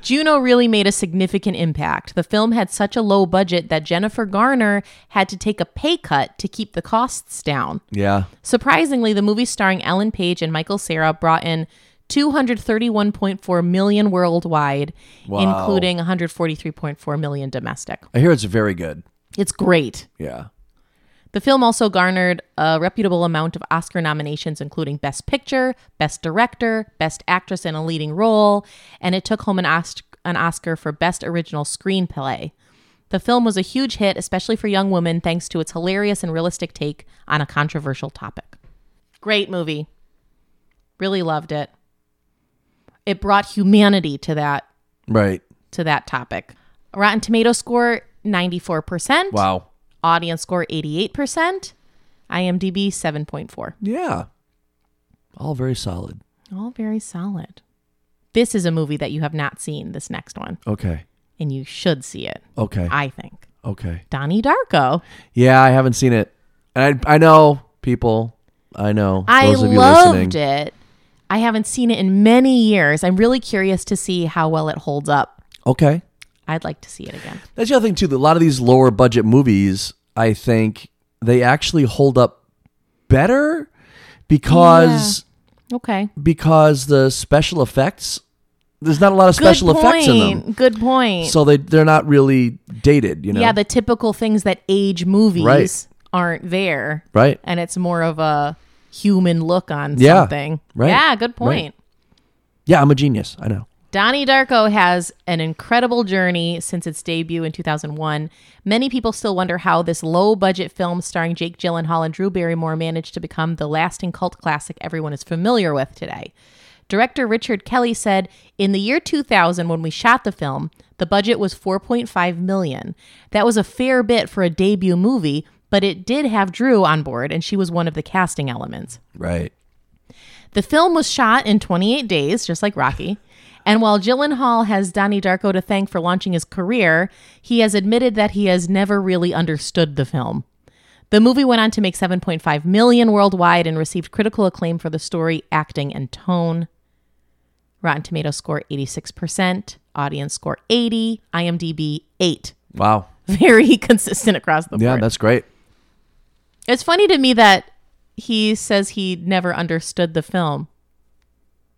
Speaker 2: Juno really made a significant impact. The film had such a low budget that Jennifer Garner had to take a pay cut to keep the costs down.
Speaker 1: Yeah.
Speaker 2: Surprisingly, the movie starring Ellen Page and Michael Cera brought in 231.4 million worldwide,
Speaker 1: Wow.
Speaker 2: including 143.4 million domestic.
Speaker 1: I hear it's very good.
Speaker 2: It's great.
Speaker 1: Yeah.
Speaker 2: The film also garnered a reputable amount of Oscar nominations, including Best Picture, Best Director, Best Actress in a Leading Role, and it took home an, Os- an Oscar for Best Original Screenplay. The film was a huge hit, especially for young women, thanks to its hilarious and realistic take on a controversial topic. Great movie. Really loved it. It brought humanity to that
Speaker 1: Right.
Speaker 2: to that topic. Rotten Tomato score 94%
Speaker 1: Wow.
Speaker 2: audience score 88%, IMDb 7.4.
Speaker 1: Yeah. All very solid.
Speaker 2: All very solid. This is a movie that you have not seen, this next one,
Speaker 1: Okay.
Speaker 2: and you should see it,
Speaker 1: Okay.
Speaker 2: I think.
Speaker 1: Okay.
Speaker 2: Donnie Darko.
Speaker 1: Yeah, I haven't seen it. And I I know people. I know.
Speaker 2: I
Speaker 1: those of you listening.
Speaker 2: loved it. I haven't seen it in many years. I'm really curious to see how well it holds up.
Speaker 1: Okay.
Speaker 2: I'd like to see it again.
Speaker 1: That's the other thing too. That a lot of these lower budget movies, I think they actually hold up better because
Speaker 2: Okay.
Speaker 1: because the special effects there's not a lot of special
Speaker 2: Good
Speaker 1: effects in them.
Speaker 2: point. Good point.
Speaker 1: So they they're not really dated, you know.
Speaker 2: Yeah, the typical things that age movies
Speaker 1: Right.
Speaker 2: aren't there.
Speaker 1: right?
Speaker 2: and it's more of a human look on
Speaker 1: Yeah,
Speaker 2: something.
Speaker 1: right,
Speaker 2: Yeah, good point.
Speaker 1: Yeah, I'm a genius. I know.
Speaker 2: Donnie Darko has an incredible journey since its debut in 2001. Many people still wonder how this low budget film starring Jake Gyllenhaal and Drew Barrymore managed to become the lasting cult classic everyone is familiar with today. Director Richard Kelly said, "In the year 2000 when we shot the film, the budget was 4.5 million. That was a fair bit for a debut movie, but it did have Drew on board and she was one of the casting elements."
Speaker 1: Right.
Speaker 2: The film was shot in 28 days, just like Rocky. And while Gyllenhaal has Donnie Darko to thank for launching his career, he has admitted that he has never really understood the film. The movie went on to make 7.5 million worldwide and received critical acclaim for the story, acting, and tone. Rotten Tomato score 86%, audience score 80, IMDb 8.
Speaker 1: Wow.
Speaker 2: Very consistent across the board.
Speaker 1: Yeah, that's great.
Speaker 2: It's funny to me that he says he never understood the film.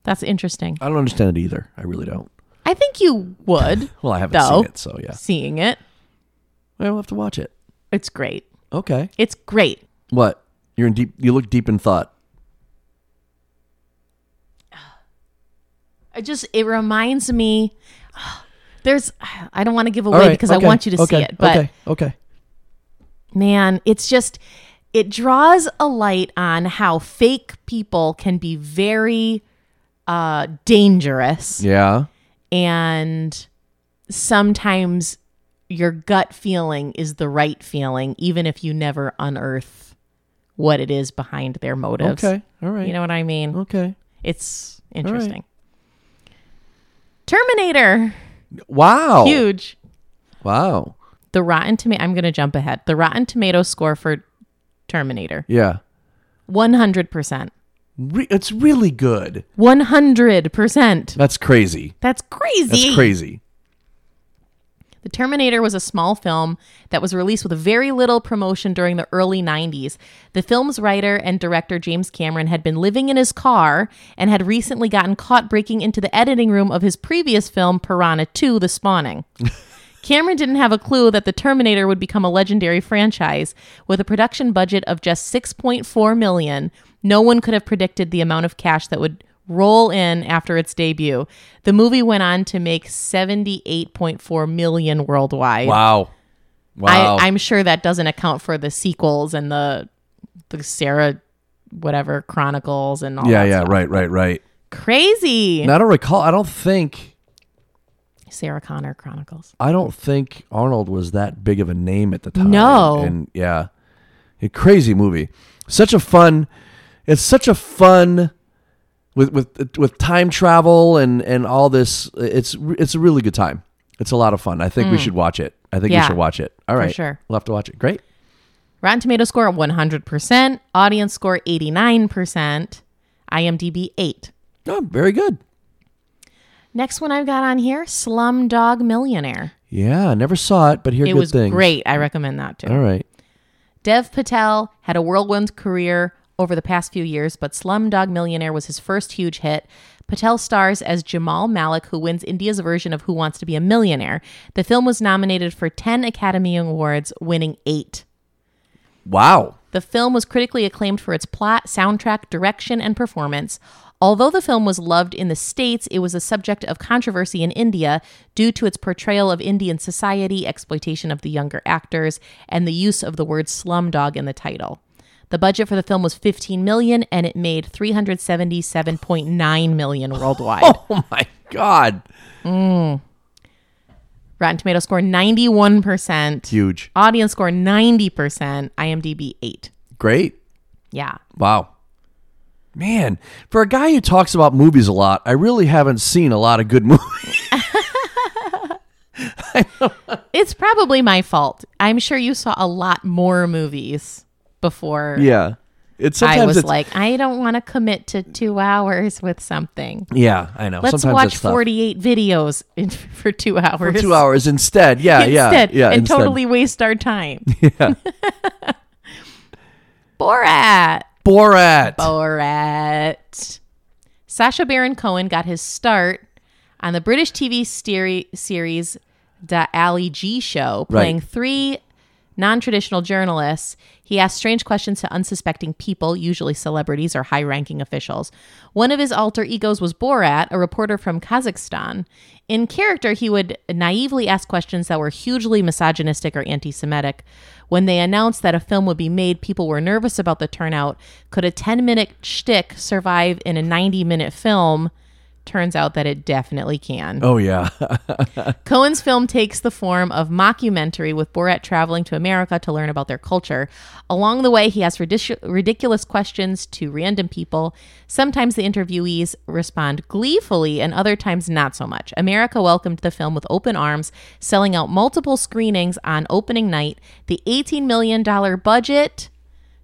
Speaker 2: That's interesting.
Speaker 1: I don't understand it either. I really don't.
Speaker 2: I think you would
Speaker 1: Well, I haven't
Speaker 2: Though.
Speaker 1: seen it, so yeah.
Speaker 2: seeing it.
Speaker 1: I'll have to watch it.
Speaker 2: It's great.
Speaker 1: Okay.
Speaker 2: It's great.
Speaker 1: What? You're in deep you look deep in thought.
Speaker 2: It just it reminds me there's I don't want to give
Speaker 1: All
Speaker 2: away
Speaker 1: right,
Speaker 2: because I
Speaker 1: okay,
Speaker 2: want you to see
Speaker 1: okay,
Speaker 2: it, but
Speaker 1: okay, okay.
Speaker 2: man, it's just it draws a light on how fake people can be very uh dangerous.
Speaker 1: Yeah.
Speaker 2: and sometimes your gut feeling is the right feeling even if you never unearth what it is behind their motives
Speaker 1: Okay. All right. Mm.
Speaker 2: you know what i mean
Speaker 1: okay.
Speaker 2: it's interesting terminator
Speaker 1: Wow.
Speaker 2: huge
Speaker 1: Wow.
Speaker 2: the rotten tomato i'm gonna jump ahead the rotten tomato score for terminator
Speaker 1: Yeah.
Speaker 2: 100%.
Speaker 1: Re- it's really good.
Speaker 2: 100%.
Speaker 1: That's crazy.
Speaker 2: That's crazy.
Speaker 1: That's crazy.
Speaker 2: The Terminator was a small film that was released with very little promotion during the early 90s. The film's writer and director, James Cameron, had been living in his car and had recently gotten caught breaking into the editing room of his previous film, Piranha 2 The Spawning. Cameron didn't have a clue that the Terminator would become a legendary franchise with a production budget of just 6.4 million. No one could have predicted the amount of cash that would roll in after its debut. The movie went on to make 78.4 million worldwide.
Speaker 1: Wow. Wow.
Speaker 2: I, I'm sure that doesn't account for the sequels and the the Sarah whatever chronicles and all
Speaker 1: yeah,
Speaker 2: that
Speaker 1: yeah,
Speaker 2: stuff.
Speaker 1: right, right, right.
Speaker 2: Crazy.
Speaker 1: And I don't recall. I don't think.
Speaker 2: Sarah Connor chronicles.
Speaker 1: I don't think Arnold was that big of a name at the time.
Speaker 2: No.
Speaker 1: And yeah. A crazy movie. Such a fun it's such a fun with with with time travel and and all this it's it's a really good time. It's a lot of fun. I think we should watch it. I think we
Speaker 2: Mm. Yeah.
Speaker 1: should watch it. All right.
Speaker 2: sure.
Speaker 1: We'll have to watch it. Great.
Speaker 2: Rotten Tomato score 100%, audience score 89%, IMDb 8.
Speaker 1: Oh, very good.
Speaker 2: Next one I've got on here, Slumdog Millionaire.
Speaker 1: Yeah, I never saw it, but here
Speaker 2: It
Speaker 1: good
Speaker 2: was
Speaker 1: things.
Speaker 2: great. I recommend that too.
Speaker 1: All right.
Speaker 2: Dev Patel had a whirlwind career over the past few years, but Slumdog Millionaire was his first huge hit. Patel stars as Jamal Malik, who wins India's version of Who Wants to Be a Millionaire. The film was nominated for 10 Academy Awards, winning eight.
Speaker 1: Wow.
Speaker 2: The film was critically acclaimed for its plot, soundtrack, direction, and performance. Although the film was loved in the States, it was a subject of controversy in India due to its portrayal of Indian society, exploitation of the younger actors, and the use of the word slumdog in the title. The budget for the film was 15 million and it made 377.9 million worldwide.
Speaker 1: Oh my god.
Speaker 2: Rotten Tomato score 91%,
Speaker 1: Huge.
Speaker 2: audience score 90%, IMDb 8.
Speaker 1: Great.
Speaker 2: Yeah.
Speaker 1: Wow. Man, for a guy who talks about movies a lot, I really haven't seen a lot of good movies.
Speaker 2: It's probably my fault. I'm sure you saw a lot more movies before
Speaker 1: Yeah. It's
Speaker 2: I was
Speaker 1: it's-
Speaker 2: like, I don't want to commit to two hours with something.
Speaker 1: Yeah, I know.
Speaker 2: Let's
Speaker 1: Sometimes
Speaker 2: watch
Speaker 1: it's tough.
Speaker 2: 48 videos in, for two hours.
Speaker 1: two hours instead. Yeah,
Speaker 2: instead
Speaker 1: yeah. Yeah.
Speaker 2: and
Speaker 1: instead.
Speaker 2: totally waste our time. Yeah. Borat.
Speaker 1: Borat.
Speaker 2: Borat. Sasha Baron Cohen got his start on the British TV steri- series Da Ali G Show, playing
Speaker 1: Right.
Speaker 2: three non traditional journalists. He asked strange questions to unsuspecting people, usually celebrities or high ranking officials. One of his alter egos was Borat, a reporter from Kazakhstan. In character, he would naively ask questions that were hugely misogynistic or anti Semitic. When they announced that a film would be made, people were nervous about the turnout. Could a 10 minute shtick survive in a 90 minute film? Turns out that it definitely can.
Speaker 1: Oh yeah.
Speaker 2: Cohen's film takes the form of mockumentary with Borat traveling to America to learn about their culture. Along the way, he asks ridicu- ridiculous questions to random people. Sometimes the interviewees respond gleefully, and other times not so much. America welcomed the film with open arms, selling out multiple screenings on opening night. The $18 million budget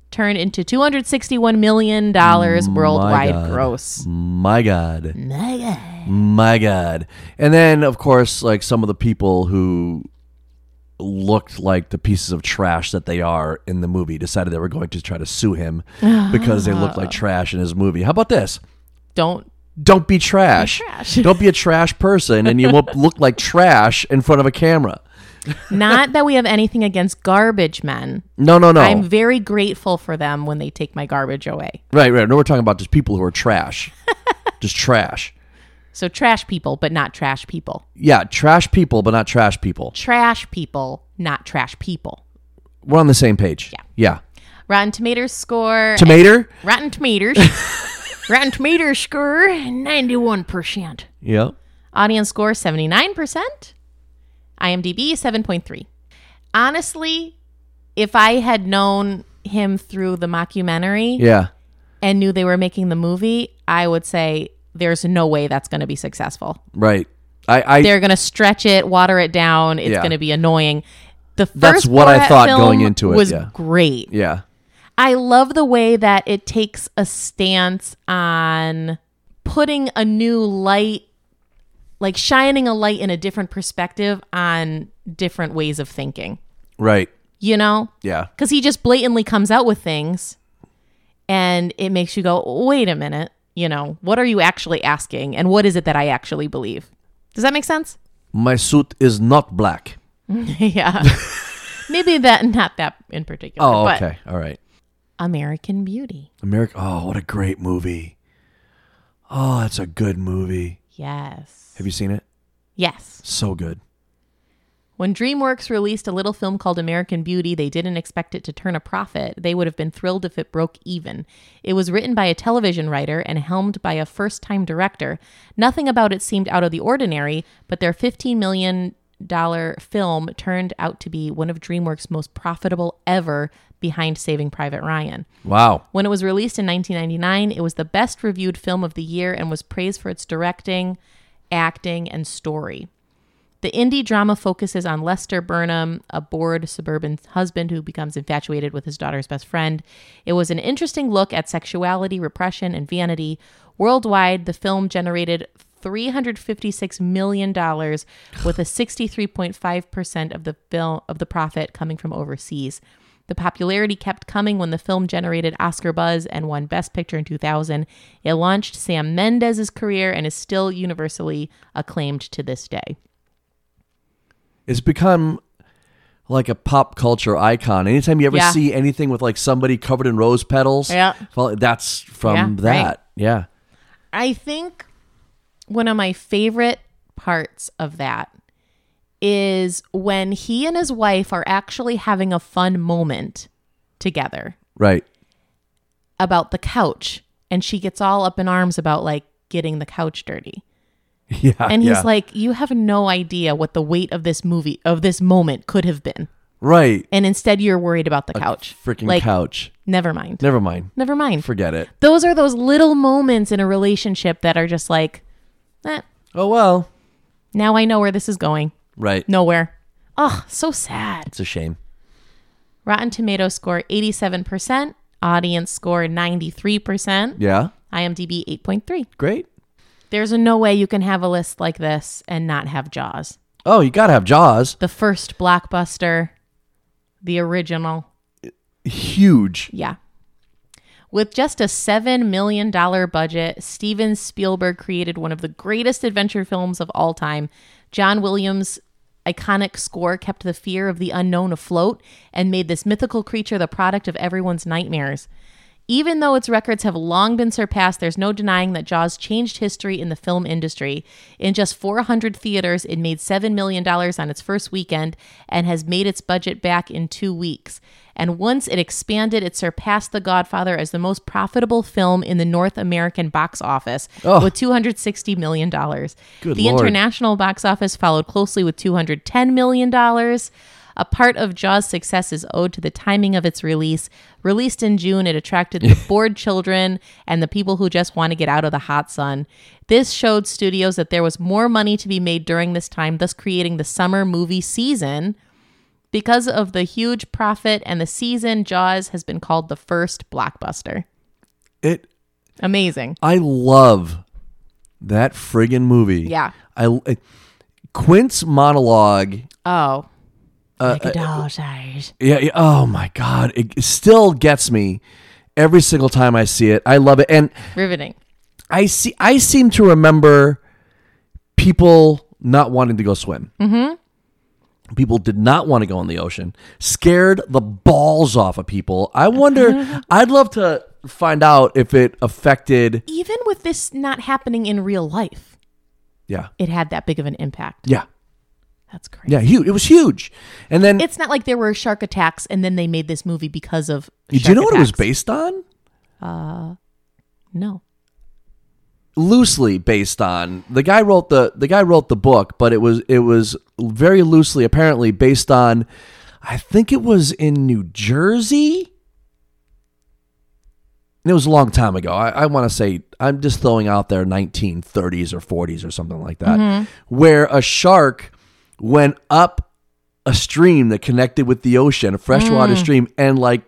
Speaker 2: turned into $261 million worldwide
Speaker 1: God.
Speaker 2: gross.
Speaker 1: My God. My God. My God. And then of course, like some of the people who looked like the pieces of trash that they are in the movie decided they were going to try to sue him because they looked like trash in his movie. How about this?
Speaker 2: Don't
Speaker 1: Don't be trash.
Speaker 2: trash.
Speaker 1: Don't be a trash person and you won't look like trash in front of a camera.
Speaker 2: Not that we have anything against garbage men.
Speaker 1: No, no, no.
Speaker 2: I'm very grateful for them when they take my garbage away.
Speaker 1: right, right. No, we're talking about just people who are trash. just trash.
Speaker 2: So trash people, but not trash people.
Speaker 1: Yeah, trash people, but not trash people.
Speaker 2: Trash people, not trash people.
Speaker 1: We're on the same page. Yeah. Yeah.
Speaker 2: Rotten Tomatoes score.
Speaker 1: Tomato?
Speaker 2: Rotten Tomatoes. Rotten Tomatoes score 91%.
Speaker 1: Yeah.
Speaker 2: Audience score 79%. IMDb 7.3. Honestly, if I had known him through the mockumentary
Speaker 1: Yeah.
Speaker 2: and knew they were making the movie, I would say there's no way that's going to be successful.
Speaker 1: Right. I, I
Speaker 2: they're going to stretch it, water it down. It's
Speaker 1: Yeah.
Speaker 2: going to be annoying. The first
Speaker 1: That's what I
Speaker 2: Borat
Speaker 1: thought
Speaker 2: film
Speaker 1: going into it,
Speaker 2: was
Speaker 1: yeah.
Speaker 2: great.
Speaker 1: yeah.
Speaker 2: I love the way that it takes a stance on putting a new light, like shining a light in a different perspective on different ways of thinking,
Speaker 1: Right.
Speaker 2: you know?
Speaker 1: Yeah.
Speaker 2: Because he just blatantly comes out with things and it makes you go, wait a minute, you know, what are you actually asking? And what is it that I actually believe? Does that make sense?
Speaker 1: My suit is not black.
Speaker 2: yeah. Maybe that, not that in particular.
Speaker 1: Oh,
Speaker 2: but
Speaker 1: okay. All right.
Speaker 2: American Beauty.
Speaker 1: America. Oh, what a great movie. Oh, that's a good movie.
Speaker 2: Yes.
Speaker 1: Have you seen it?
Speaker 2: Yes.
Speaker 1: So good.
Speaker 2: When DreamWorks released a little film called American Beauty, they didn't expect it to turn a profit. They would have been thrilled if it broke even. It was written by a television writer and helmed by a first time director. Nothing about it seemed out of the ordinary, but their $15 million film turned out to be one of DreamWorks' most profitable ever behind Saving Private Ryan.
Speaker 1: Wow.
Speaker 2: When it was released in 1999, it was the best reviewed film of the year and was praised for its directing, acting, and story. The indie drama focuses on Lester Burnham, a bored suburban husband who becomes infatuated with his daughter's best friend. It was an interesting look at sexuality, repression, and vanity. Worldwide, the film generated $356 million with a 63.5% of the film of the profit coming from overseas. The popularity kept coming when the film generated Oscar buzz and won Best Picture in 2000. It launched Sam Mendes's career and is still universally acclaimed to this day.
Speaker 1: It's become like a pop culture icon. Anytime you ever
Speaker 2: Yeah.
Speaker 1: see anything with like somebody covered in rose petals,
Speaker 2: Yeah.
Speaker 1: well, that's from
Speaker 2: Yeah,
Speaker 1: that.
Speaker 2: right.
Speaker 1: Yeah.
Speaker 2: I think one of my favorite parts of that is when he and his wife are actually having a fun moment together
Speaker 1: Right.
Speaker 2: about the couch and she gets all up in arms about like getting the couch dirty.
Speaker 1: Yeah.
Speaker 2: And he's
Speaker 1: Uh, yeah.
Speaker 2: like you have no idea what the weight of this movie of this moment could have been.
Speaker 1: right.
Speaker 2: And instead you're worried about the couch.
Speaker 1: Freaking
Speaker 2: like,
Speaker 1: couch.
Speaker 2: Never mind.
Speaker 1: Never mind.
Speaker 2: never mind.
Speaker 1: Forget it.
Speaker 2: those are those little moments in a relationship that are just like eh,
Speaker 1: Oh, well.
Speaker 2: Now I know where this is going.
Speaker 1: Right.
Speaker 2: Nowhere. Oh, so sad.
Speaker 1: It's a shame.
Speaker 2: Rotten Tomato score 87%, audience score 93%,
Speaker 1: Yeah.
Speaker 2: IMDb 8.3.
Speaker 1: Great.
Speaker 2: There's no way you can have a list like this and not have Jaws.
Speaker 1: Oh, you got to have Jaws.
Speaker 2: The first blockbuster, the original.
Speaker 1: Huge.
Speaker 2: Yeah. With just a $7 million budget, Steven Spielberg created one of the greatest adventure films of all time. John Williams' iconic score kept the fear of the unknown afloat and made this mythical creature the product of everyone's nightmares. Even though its records have long been surpassed, there's no denying that Jaws changed history in the film industry. In just 400 theaters, it made $7 million on its first weekend and has made its budget back in two weeks. And once it expanded, it surpassed The Godfather as the most profitable film in the North American box office
Speaker 1: Oh.
Speaker 2: with $260 million.
Speaker 1: Good
Speaker 2: the
Speaker 1: Lord.
Speaker 2: international box office followed closely with $210 million. A part of Jaws' success is owed to the timing of its release. Released in June, it attracted the bored children and the people who just want to get out of the hot sun. This showed studios that there was more money to be made during this time, thus creating the summer movie season. Because of the huge profit and the season, Jaws has been called the first blockbuster.
Speaker 1: It.
Speaker 2: Amazing.
Speaker 1: I love that friggin' movie.
Speaker 2: Yeah.
Speaker 1: I. I- Quint's monologue.
Speaker 2: Oh.
Speaker 1: Uh,
Speaker 2: like a doll's eyes.
Speaker 1: Yeah, yeah. Oh my God. It still gets me every single time I see it. I love it, and
Speaker 2: Riveting.
Speaker 1: I see. I seem to remember people not wanting to go swim. Mm-hmm. People did not want to go in the ocean. Scared the balls off of people. I wonder. I'd love to find out if it affected.
Speaker 2: Even with this not happening in real life,
Speaker 1: Yeah.
Speaker 2: it had that big of an impact.
Speaker 1: Yeah.
Speaker 2: That's crazy.
Speaker 1: Yeah. Huge. It was huge. And then
Speaker 2: It's not like there were shark attacks and then they made this movie because of.
Speaker 1: do you
Speaker 2: shark
Speaker 1: know what it was
Speaker 2: attacks.
Speaker 1: based on?
Speaker 2: No.
Speaker 1: loosely based on the guy wrote the the guy wrote the book, but it was it was very loosely apparently based on I think it was in New Jersey. And it was a long time ago. I, I want to say I'm just throwing out there 1930s or 40s or something like that,
Speaker 2: Mm-hmm.
Speaker 1: where a shark
Speaker 2: Mm.
Speaker 1: went up a stream that connected with the ocean, a freshwater stream, and like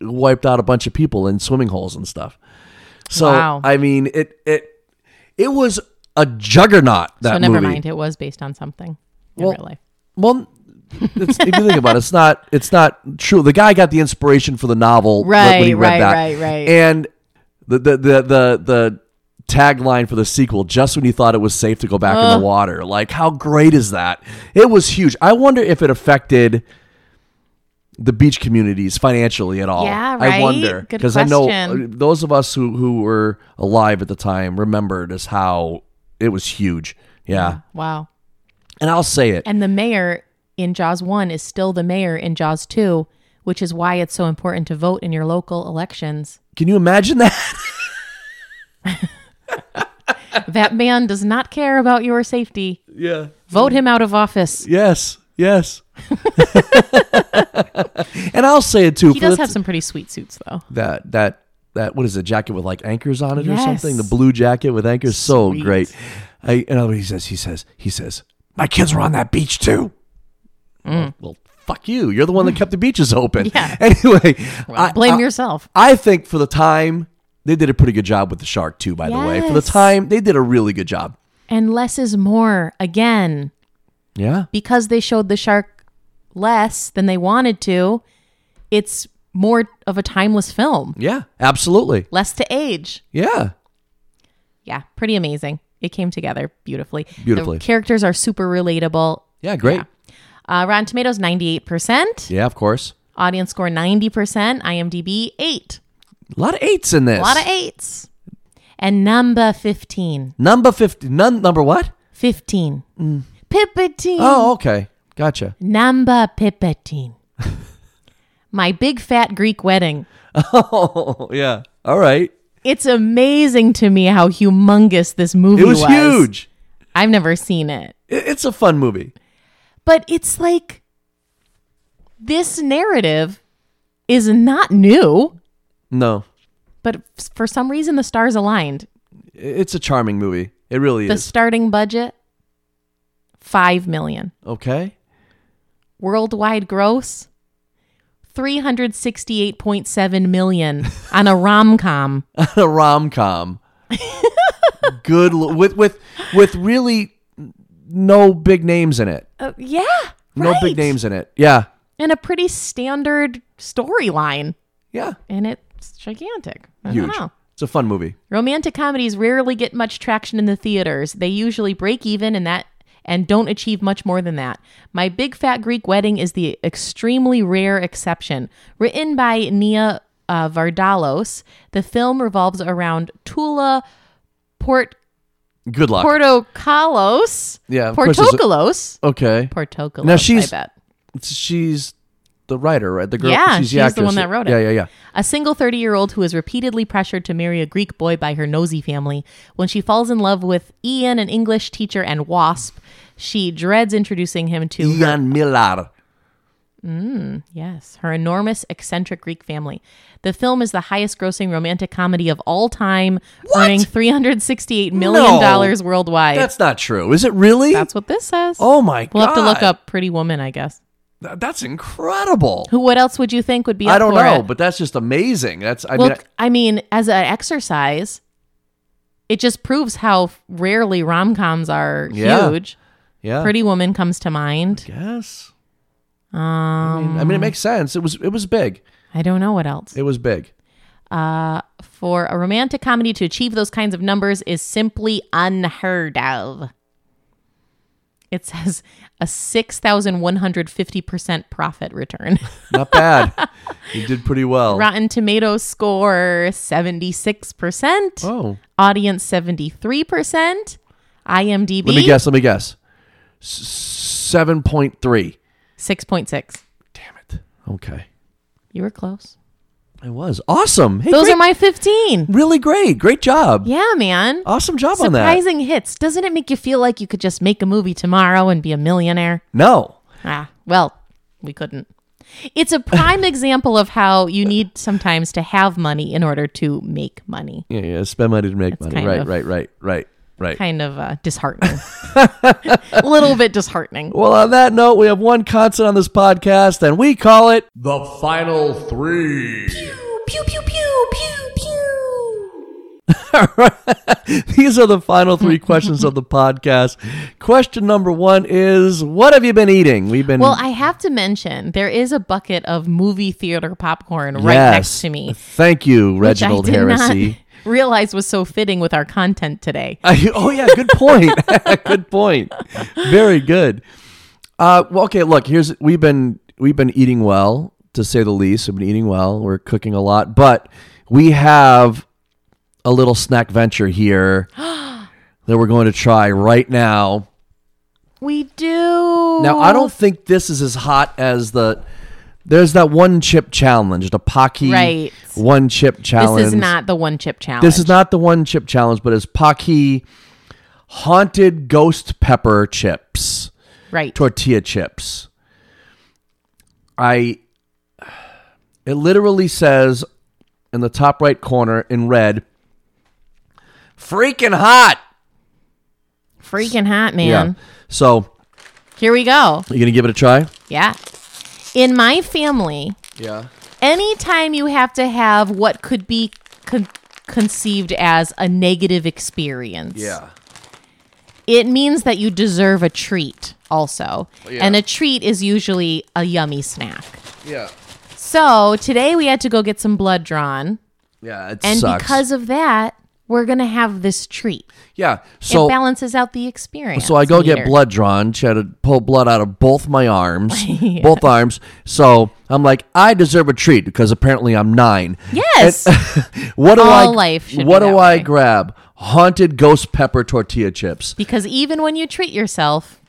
Speaker 1: wiped out a bunch of people in swimming holes and stuff. So
Speaker 2: Wow.
Speaker 1: I mean, it it it was a juggernaut. That
Speaker 2: so never
Speaker 1: movie.
Speaker 2: mind. It was based on something in
Speaker 1: Well,
Speaker 2: real life.
Speaker 1: Well, it's, if you think about it, it's not it's not true. The guy got the inspiration for the novel, when- when he
Speaker 2: Right,
Speaker 1: read
Speaker 2: right,
Speaker 1: that.
Speaker 2: right, right.
Speaker 1: And the the the the, the tagline for the sequel just when you thought it was safe to go back in the water like how great is that it was huge i wonder if it affected the beach communities financially at all
Speaker 2: Yeah,
Speaker 1: i
Speaker 2: right?
Speaker 1: wonder
Speaker 2: Good
Speaker 1: because i know uh,
Speaker 2: question.
Speaker 1: those of us who who were alive at the time remembered as how it was huge yeah.
Speaker 2: Wow.
Speaker 1: and i'll say it
Speaker 2: And the mayor in Jaws 1 is still the mayor in Jaws 2, which is why it's so important to vote in your local elections.
Speaker 1: can you imagine that
Speaker 2: That man does not care about your safety.
Speaker 1: yeah
Speaker 2: Vote him out of office.
Speaker 1: Yes, yes. and I'll say it too.
Speaker 2: He
Speaker 1: for
Speaker 2: does
Speaker 1: the-
Speaker 2: have some pretty sweet suits, though.
Speaker 1: that that that what is it? Jacket with like anchors on it or
Speaker 2: Yes.
Speaker 1: something? The blue jacket with anchors, so
Speaker 2: Sweet.
Speaker 1: great. I and I know what he says. He says. He says. My kids were on that beach too. Well, well, fuck you. You're the one that kept the beaches open.
Speaker 2: Mm. Yeah.
Speaker 1: Anyway, I-
Speaker 2: Blame
Speaker 1: I-
Speaker 2: yourself.
Speaker 1: I think for the time they did a pretty good job with the shark too. By the way, for the
Speaker 2: Yes.
Speaker 1: time they did a really good job.
Speaker 2: And less is more again.
Speaker 1: Yeah.
Speaker 2: because they showed the shark less than they wanted to, it's more of a timeless film,
Speaker 1: Yeah. Absolutely.
Speaker 2: less to age.
Speaker 1: Yeah.
Speaker 2: Yeah, pretty amazing. It came together beautifully.
Speaker 1: Beautifully.
Speaker 2: The characters are super relatable.
Speaker 1: Yeah. Great.
Speaker 2: Uh, Rotten Tomatoes, 98%.
Speaker 1: yeah of course.
Speaker 2: Audience score, 90%. IMDb, 8.
Speaker 1: A lot of eights in this.
Speaker 2: A lot of 8s. And number 15.
Speaker 1: Number 50. None, number
Speaker 2: Mm.
Speaker 1: what?
Speaker 2: 15. Pippatine.
Speaker 1: Mm. Oh, okay. Gotcha.
Speaker 2: Number Pippatine. My Big Fat Greek Wedding.
Speaker 1: Oh, yeah. All right.
Speaker 2: It's amazing to me how humongous this movie
Speaker 1: It was, huge.
Speaker 2: I've never seen it.
Speaker 1: It- It's a fun movie.
Speaker 2: But it's like this narrative is not new,
Speaker 1: No,
Speaker 2: but f- for some reason the stars aligned.
Speaker 1: i- it's a charming movie. It really
Speaker 2: The
Speaker 1: is.
Speaker 2: starting budget 5 million.
Speaker 1: Okay.
Speaker 2: Worldwide gross 368.7 million on a rom-com.
Speaker 1: a rom com. Good l- with with with really no big names in it.
Speaker 2: Uh, yeah.
Speaker 1: No
Speaker 2: right.
Speaker 1: big names in it. Yeah.
Speaker 2: And a pretty standard storyline
Speaker 1: Yeah.
Speaker 2: and it's gigantic. I don't
Speaker 1: Huge.
Speaker 2: know.
Speaker 1: It's a fun movie.
Speaker 2: Romantic comedies rarely get much traction in the theaters. They usually break even in that and don't achieve much more than that. My Big Fat Greek Wedding is the extremely rare exception. Written by Nia uh, Vardalos, the film revolves around Tula Port
Speaker 1: Good luck.
Speaker 2: Portocalos.
Speaker 1: Yeah, of course it's a-
Speaker 2: Portocalos.
Speaker 1: okay.
Speaker 2: Portocalos.
Speaker 1: Now she's-
Speaker 2: I bet.
Speaker 1: She's the writer, right? The girl.
Speaker 2: Yeah,
Speaker 1: she's the,
Speaker 2: she's the
Speaker 1: actress.
Speaker 2: one that wrote it.
Speaker 1: Yeah, yeah, yeah.
Speaker 2: A single 30 year old who is repeatedly pressured to marry a Greek boy by her nosy family. When she falls in love with Ian, an English teacher and wasp, she dreads introducing him to her,
Speaker 1: Ian Millar.
Speaker 2: yes, her enormous, eccentric Greek family. The film is the highest grossing romantic comedy of all time, earning $368 million
Speaker 1: No.
Speaker 2: worldwide. That's,
Speaker 1: That's not true. Is it really?
Speaker 2: what this says.
Speaker 1: oh my
Speaker 2: we'll
Speaker 1: god.
Speaker 2: have to look up Pretty Woman, I guess.
Speaker 1: Th- That's incredible.
Speaker 2: Who? What else would you think would be? Up
Speaker 1: I don't
Speaker 2: for
Speaker 1: know,
Speaker 2: it?
Speaker 1: but that's just amazing. That's I
Speaker 2: Well,
Speaker 1: mean,
Speaker 2: I mean, as an exercise, it just proves how rarely rom coms are
Speaker 1: Yeah.
Speaker 2: huge.
Speaker 1: yeah.
Speaker 2: Pretty Woman comes to mind.
Speaker 1: yes. I
Speaker 2: Um,
Speaker 1: mean, I mean, it makes sense. It was it was big.
Speaker 2: I don't know what else.
Speaker 1: It was big.
Speaker 2: Uh, for a romantic comedy to achieve those kinds of numbers is simply unheard of. It says a 6,150% profit return.
Speaker 1: Not bad. you did pretty well.
Speaker 2: Rotten Tomatoes score 76%.
Speaker 1: Oh,
Speaker 2: Audience 73%. IMDb.
Speaker 1: let me guess. Let me guess. Seven point three.
Speaker 2: 6.6.
Speaker 1: Damn it. Okay,
Speaker 2: You were close.
Speaker 1: it was awesome. Hey,
Speaker 2: Those
Speaker 1: great-
Speaker 2: are my 15.
Speaker 1: really great. Great job.
Speaker 2: Yeah, man.
Speaker 1: Awesome job on that.
Speaker 2: Surprising hits. Doesn't it make you feel like you could just make a movie tomorrow and be a millionaire?
Speaker 1: No.
Speaker 2: Ah, well, we couldn't. It's a prime example of how you need sometimes to have money in order to make money.
Speaker 1: Yeah, yeah. Spend money to make money.
Speaker 2: kind
Speaker 1: Right,
Speaker 2: of-
Speaker 1: right, right, right. Right.
Speaker 2: kind of uh, disheartening. A little bit disheartening.
Speaker 1: Well, on that note, we have one constant on this podcast, and we call it the final three.
Speaker 2: Pew pew pew pew pew.
Speaker 1: These are the final three questions of the podcast. Question number one is What have you been eating? We've been.
Speaker 2: Well, I have to mention there is a bucket of movie theater popcorn right
Speaker 1: Yes.
Speaker 2: next to me,
Speaker 1: Thank you,
Speaker 2: which I
Speaker 1: Reginald
Speaker 2: did
Speaker 1: Heresy.
Speaker 2: not realize was so fitting with our content today.
Speaker 1: I- oh, yeah, good point. good point. Very good. Uh, well, okay, look, here's we've been we've been eating well, to say the least. We've been eating well. We're cooking a lot, but we have a little snack venture here that we're going to try right now.
Speaker 2: We do.
Speaker 1: Now, I don't think this is as hot as the. There's that one chip challenge, the Pocky
Speaker 2: Right.
Speaker 1: one chip
Speaker 2: This
Speaker 1: challenge.
Speaker 2: is not the one chip challenge.
Speaker 1: This is not the one chip challenge, but it's Pocky haunted ghost pepper chips,
Speaker 2: right.
Speaker 1: tortilla chips. I. It literally says in the top right corner in red, freaking hot.
Speaker 2: Freaking hot, man.
Speaker 1: So,
Speaker 2: Here we go.
Speaker 1: you going to give it a try?
Speaker 2: Yeah. In my family,
Speaker 1: Yeah.
Speaker 2: anytime you have to have what could be con- conceived as a negative experience,
Speaker 1: Yeah.
Speaker 2: it means that you deserve a treat also.
Speaker 1: Yeah.
Speaker 2: And a treat is usually a yummy snack.
Speaker 1: Yeah.
Speaker 2: So today we had to go get some blood drawn.
Speaker 1: Yeah, it
Speaker 2: And
Speaker 1: sucks.
Speaker 2: because of that, we're going to have this treat.
Speaker 1: yeah,
Speaker 2: it
Speaker 1: so
Speaker 2: balances out the experience.
Speaker 1: so I go get
Speaker 2: meter.
Speaker 1: blood drawn. She had to pull blood out of both my arms, both arms. So I'm like, I deserve a treat because apparently I'm nine.
Speaker 2: Yes.
Speaker 1: What do I?
Speaker 2: All life should
Speaker 1: what
Speaker 2: be
Speaker 1: do
Speaker 2: that
Speaker 1: I
Speaker 2: way.
Speaker 1: grab? Haunted ghost pepper tortilla chips.
Speaker 2: because even when you treat yourself,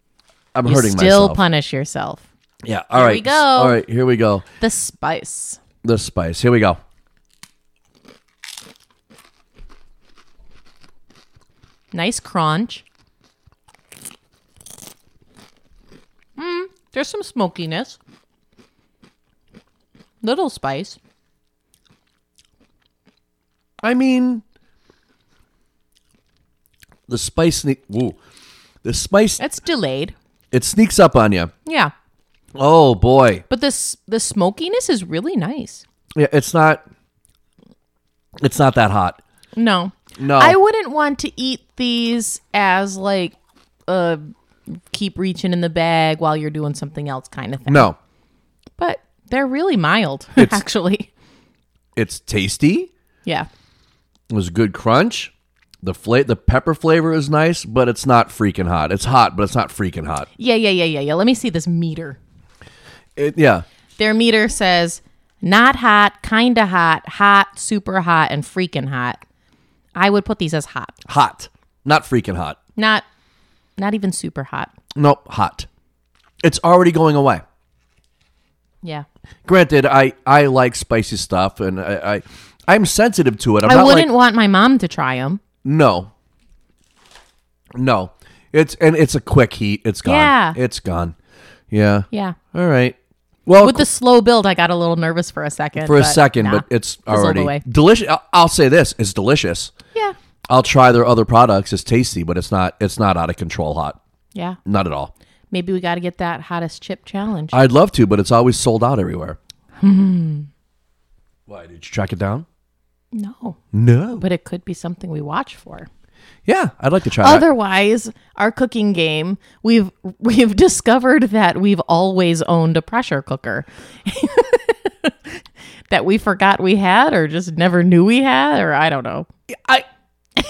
Speaker 1: I'm
Speaker 2: you
Speaker 1: hurting
Speaker 2: still
Speaker 1: myself.
Speaker 2: punish yourself.
Speaker 1: yeah. All right.
Speaker 2: we go.
Speaker 1: All right. Here we go.
Speaker 2: The spice.
Speaker 1: The spice. Here we go.
Speaker 2: Nice crunch. Mm, Mm, there's some smokiness. Little spice.
Speaker 1: I mean, the spice sneak. Woo. The spice.
Speaker 2: It's delayed.
Speaker 1: It sneaks up on you.
Speaker 2: Yeah.
Speaker 1: Oh boy.
Speaker 2: But this the smokiness is really nice.
Speaker 1: Yeah, it's not. It's not that hot.
Speaker 2: No.
Speaker 1: No.
Speaker 2: I wouldn't want to eat these as like uh keep reaching in the bag while you're doing something else kind of thing.
Speaker 1: no,
Speaker 2: But they're really mild actually.
Speaker 1: it's tasty.
Speaker 2: Yeah.
Speaker 1: It was good crunch. The fla- the pepper flavor is nice, but it's not freaking hot. It's hot, but it's not freaking hot.
Speaker 2: Yeah, yeah, yeah, yeah, yeah. Let me see this meter.
Speaker 1: It, yeah,
Speaker 2: Their meter says not hot, kinda hot, hot, super hot, and freaking hot. I would put these as hot.
Speaker 1: hot, not freaking hot.
Speaker 2: Not not even super hot.
Speaker 1: Nope, hot. It's already going away.
Speaker 2: Yeah.
Speaker 1: Granted, I I like spicy stuff, and I, I I'm sensitive to it. I'm
Speaker 2: I
Speaker 1: not
Speaker 2: wouldn't
Speaker 1: like
Speaker 2: want my mom to try them.
Speaker 1: no, no. It's and it's a quick heat. It's gone.
Speaker 2: Yeah.
Speaker 1: it's gone. Yeah.
Speaker 2: Yeah.
Speaker 1: All right. Well,
Speaker 2: With the slow build, I got a little nervous for a second.
Speaker 1: for a
Speaker 2: but
Speaker 1: second,
Speaker 2: nah.
Speaker 1: but it's
Speaker 2: Fizzled
Speaker 1: already
Speaker 2: away.
Speaker 1: delicious. I'll, I'll say this: it's delicious.
Speaker 2: yeah,
Speaker 1: I'll try their other products. It's tasty, but it's not. It's not out of control hot.
Speaker 2: yeah.
Speaker 1: Not at all.
Speaker 2: Maybe we got to get that hottest chip challenge.
Speaker 1: I'd love to, but it's always sold out everywhere.
Speaker 2: Hmm.
Speaker 1: Why did you track it down?
Speaker 2: no,
Speaker 1: No.
Speaker 2: but it could be something we watch for.
Speaker 1: Yeah, I'd like to
Speaker 2: Oh,
Speaker 1: try that.
Speaker 2: Otherwise, our cooking game we've we've discovered that we've always owned a pressure cooker that we forgot we had, or just never knew we had, or I don't know.
Speaker 1: I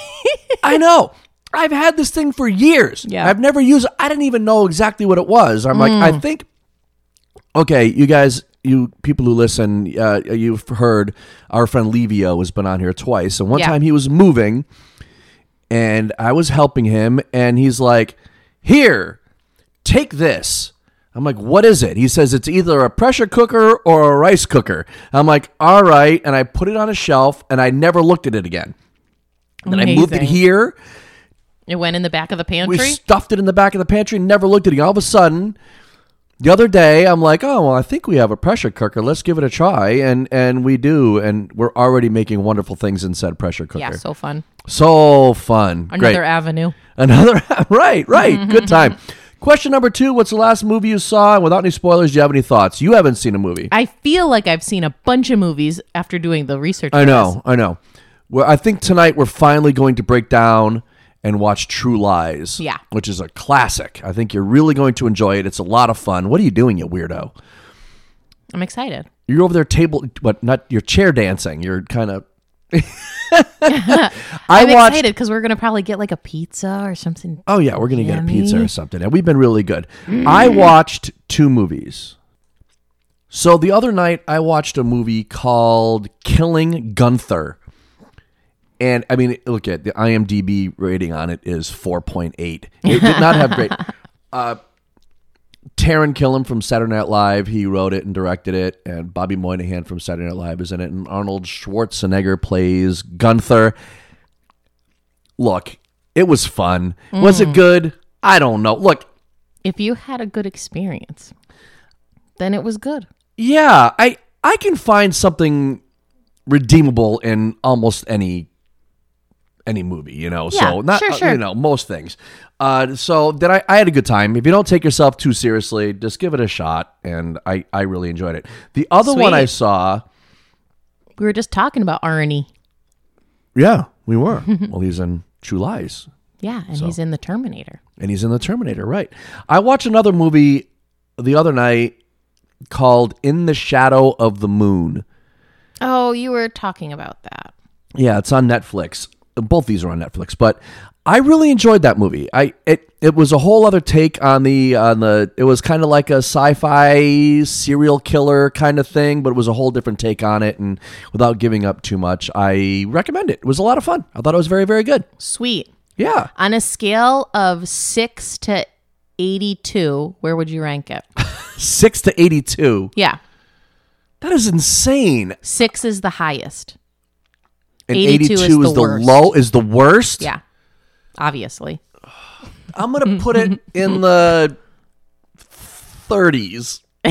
Speaker 1: I know. I've had this thing for years.
Speaker 2: Yeah. Mm.
Speaker 1: I've never used it. I didn't even know exactly what it was. I'm like, I think okay, you guys, you people who listen, uh, you've heard our friend Levio has been on here twice. And one
Speaker 2: Yeah.
Speaker 1: time he was moving and I was helping him and he's like, Here, take this. I'm like, what is it? He says it's either a pressure cooker or a rice cooker. I'm like, all right. And I put it on a shelf and I never looked at it again. And then I moved it
Speaker 2: Amazing.
Speaker 1: here.
Speaker 2: It went in the back of the
Speaker 1: We
Speaker 2: pantry.
Speaker 1: stuffed it in the back of the pantry, never looked at it. All of a sudden, The other day, I'm like, oh, well, I think we have a pressure cooker. Let's give it a try. And, and we do. And we're already making wonderful things in said pressure cooker.
Speaker 2: Yeah, so fun.
Speaker 1: So fun.
Speaker 2: Another
Speaker 1: Great.
Speaker 2: avenue.
Speaker 1: Another right, right. Good time. Question number two: What's the last movie you saw? And without any spoilers, do you have any thoughts? You haven't seen a movie.
Speaker 2: I feel like I've seen a bunch of movies after doing the research.
Speaker 1: I
Speaker 2: for
Speaker 1: know, I know. Well, I think tonight we're finally going to break down and watch True Lies.
Speaker 2: Yeah.
Speaker 1: which is a classic. I think you're really going to enjoy it. It's a lot of fun. What are you doing, you weirdo?
Speaker 2: this. I'm excited.
Speaker 1: You're over there table, but not you're chair dancing. You're kind of. I
Speaker 2: I'm
Speaker 1: watched.
Speaker 2: excited because we're gonna probably get like a pizza or something.
Speaker 1: Oh yeah, we're gonna get a pizza
Speaker 2: Yummy.
Speaker 1: or something, and we've been really good. I watched two movies. So the other night, I watched a movie called Killing Gunther, and I mean, look at the IMDb rating on it is four point eight. It did not have great. Uh, Taron Killam from Saturday Night Live, he wrote it and directed it, and Bobby Moynihan from Saturday Night Live is in it, and Arnold Schwarzenegger plays Gunther look, it was fun. Was
Speaker 2: Mm.
Speaker 1: it good? I don't know. Look,
Speaker 2: If you had a good experience, then it was good.
Speaker 1: yeah, I I can find something redeemable in almost any any movie, you know. so
Speaker 2: Yeah,
Speaker 1: not
Speaker 2: sure,
Speaker 1: uh,
Speaker 2: sure.
Speaker 1: you know, most things. Uh so then I, I had a good time. If you don't take yourself too seriously, just give it a shot and I I really enjoyed it. The other one I
Speaker 2: Sweet.
Speaker 1: saw
Speaker 2: We were just talking about E. Arnie.
Speaker 1: Yeah, we were. well, he's in True Lies.
Speaker 2: Yeah, and he's in the Terminator.
Speaker 1: and he's in the Terminator, right? I watched another movie the other night called In the Shadow of the Moon.
Speaker 2: Oh, you were talking about that.
Speaker 1: Yeah, it's on Netflix. Both these are on Netflix, but I really enjoyed that movie. I it it was a whole other take on the on the it was kind of like a sci-fi serial killer kind of thing, but it was a whole different take on it and without giving up too much, I recommend it. It was a lot of fun. I thought it was very very good.
Speaker 2: Sweet.
Speaker 1: Yeah.
Speaker 2: On a scale of six to eighty-two, where would you rank it?
Speaker 1: 6 to 82.
Speaker 2: Yeah,
Speaker 1: That is insane.
Speaker 2: six is the highest.
Speaker 1: and 82,
Speaker 2: 82
Speaker 1: is,
Speaker 2: is
Speaker 1: the,
Speaker 2: the worst.
Speaker 1: low is the worst
Speaker 2: Yeah, obviously.
Speaker 1: i'm gonna put it in the 30s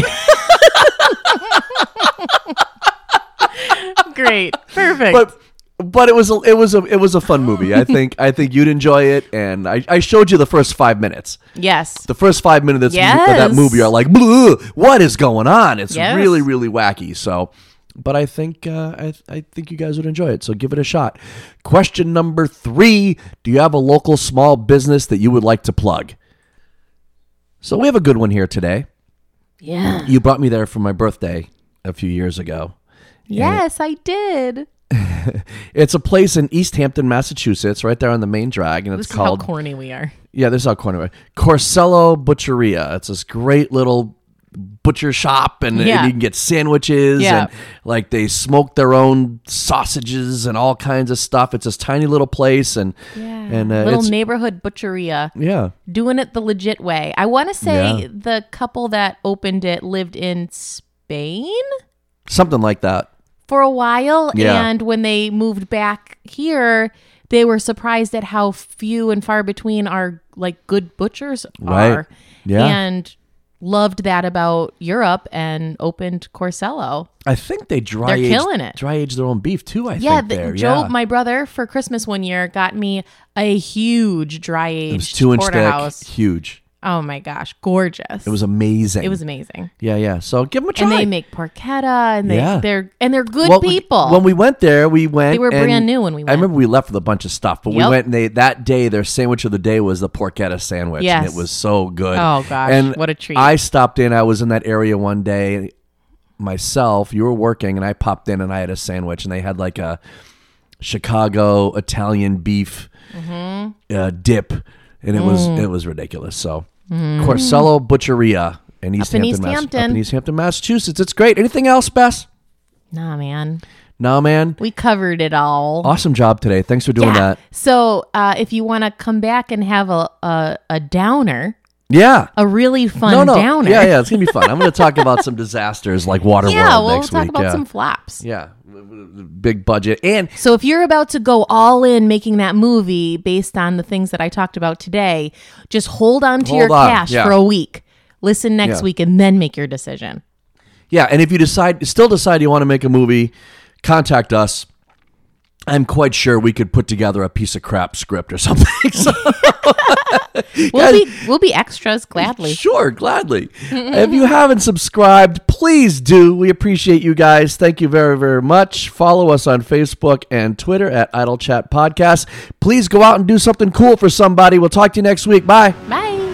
Speaker 2: Great, perfect.
Speaker 1: but but it was a, it was a it was a fun movie i think i think you'd enjoy it and i, I showed you the first five minutes
Speaker 2: yes,
Speaker 1: the first five minutes of, this mu- of that
Speaker 2: Yes.
Speaker 1: movie are like "Bleh, what is going on it's
Speaker 2: Yes.
Speaker 1: really really wacky so but i think uh, I, I think you guys would enjoy it so give it a shot question number three do you have a local small business that you would like to plug so we have a good one here today
Speaker 2: yeah,
Speaker 1: you brought me there for my birthday a few years ago.
Speaker 2: yes, I did.
Speaker 1: It's a place in East Hampton, Massachusetts, right there on the main drag, and it's
Speaker 2: This is how
Speaker 1: called
Speaker 2: corny we are.
Speaker 1: yeah, this is how corner it- Corsello Butcheria. It's this great little butcher shop, and, and
Speaker 2: Yeah.
Speaker 1: you can get sandwiches
Speaker 2: Yeah.
Speaker 1: and like they smoke their own sausages and all kinds of stuff. It's this tiny little place, and and uh,
Speaker 2: little
Speaker 1: it's
Speaker 2: neighborhood butcheria,
Speaker 1: yeah,
Speaker 2: doing it the legit way. I want to say
Speaker 1: Yeah.
Speaker 2: the couple that opened it lived in Spain
Speaker 1: something like that.
Speaker 2: for a while,
Speaker 1: Yeah.
Speaker 2: and when they moved back here, they were surprised at how few and far between our like good butchers
Speaker 1: Right.
Speaker 2: are,
Speaker 1: Yeah.
Speaker 2: and loved that about Europe and opened Corsello.
Speaker 1: I think they dry
Speaker 2: They're
Speaker 1: age,
Speaker 2: killing it.
Speaker 1: dry age their own beef too. I
Speaker 2: Yeah,
Speaker 1: think
Speaker 2: the-
Speaker 1: there.
Speaker 2: Joe,
Speaker 1: yeah.
Speaker 2: my brother, for Christmas one year, got me a huge dry
Speaker 1: it was
Speaker 2: aged
Speaker 1: two inch thick,
Speaker 2: porterhouse.
Speaker 1: huge.
Speaker 2: Oh my gosh, gorgeous!
Speaker 1: It was amazing.
Speaker 2: it was amazing,
Speaker 1: Yeah, yeah. So give them a try.
Speaker 2: and they make porchetta, and they
Speaker 1: Yeah.
Speaker 2: they're and they're good
Speaker 1: Well,
Speaker 2: people.
Speaker 1: When we went there, we went.
Speaker 2: They were
Speaker 1: and-
Speaker 2: brand new when we
Speaker 1: I
Speaker 2: went.
Speaker 1: remember we left with a bunch of stuff, but we
Speaker 2: Yep.
Speaker 1: went and they that day their sandwich of the day was the porchetta sandwich, and
Speaker 2: Yes.
Speaker 1: it was so good.
Speaker 2: Oh, gosh,
Speaker 1: and
Speaker 2: what a treat.
Speaker 1: I stopped in. I was in that area one day myself. You were working, and I popped in and I had a sandwich, and they had like a Chicago Italian beef
Speaker 2: Mm-hmm.
Speaker 1: uh, dip, and it was
Speaker 2: Mm.
Speaker 1: it was ridiculous. So Corsello Butcheria. In East,
Speaker 2: in
Speaker 1: Hampton,
Speaker 2: East
Speaker 1: Mass- Up
Speaker 2: Hampton.
Speaker 1: in East Hampton, Massachusetts. It's great. Anything else, Bess?
Speaker 2: nah, man,
Speaker 1: Nah, man.
Speaker 2: we covered it all.
Speaker 1: Awesome job today. Thanks for doing
Speaker 2: Yeah.
Speaker 1: that.
Speaker 2: So uh, if you want to come back and have a, a a downer,
Speaker 1: Yeah.
Speaker 2: a really fun
Speaker 1: no, no.
Speaker 2: downer,
Speaker 1: Yeah, yeah. It's gonna be fun. I'm gonna talk about some disasters like Waterworld
Speaker 2: Yeah, we'll
Speaker 1: next
Speaker 2: talk
Speaker 1: week.
Speaker 2: about
Speaker 1: yeah.
Speaker 2: some flops.
Speaker 1: yeah. Big budget and
Speaker 2: So if you're about to go all in making that movie based on the things that I talked about today, just hold on to
Speaker 1: Hold
Speaker 2: your
Speaker 1: on,
Speaker 2: cash
Speaker 1: yeah.
Speaker 2: for a week. Listen next
Speaker 1: Yeah.
Speaker 2: week and then make your decision.
Speaker 1: Yeah, and if you decide, still decide you want to make a movie, contact us. I'm quite sure we could put together a piece of crap script or something. So,
Speaker 2: We'll be we'll be extras gladly.
Speaker 1: sure, gladly. if you haven't subscribed, please do. We appreciate you guys. Thank you very, very much. Follow us on Facebook and Twitter at Idle Chat Podcast. Please go out and do something cool for somebody. We'll talk to you next week. Bye.
Speaker 2: Bye.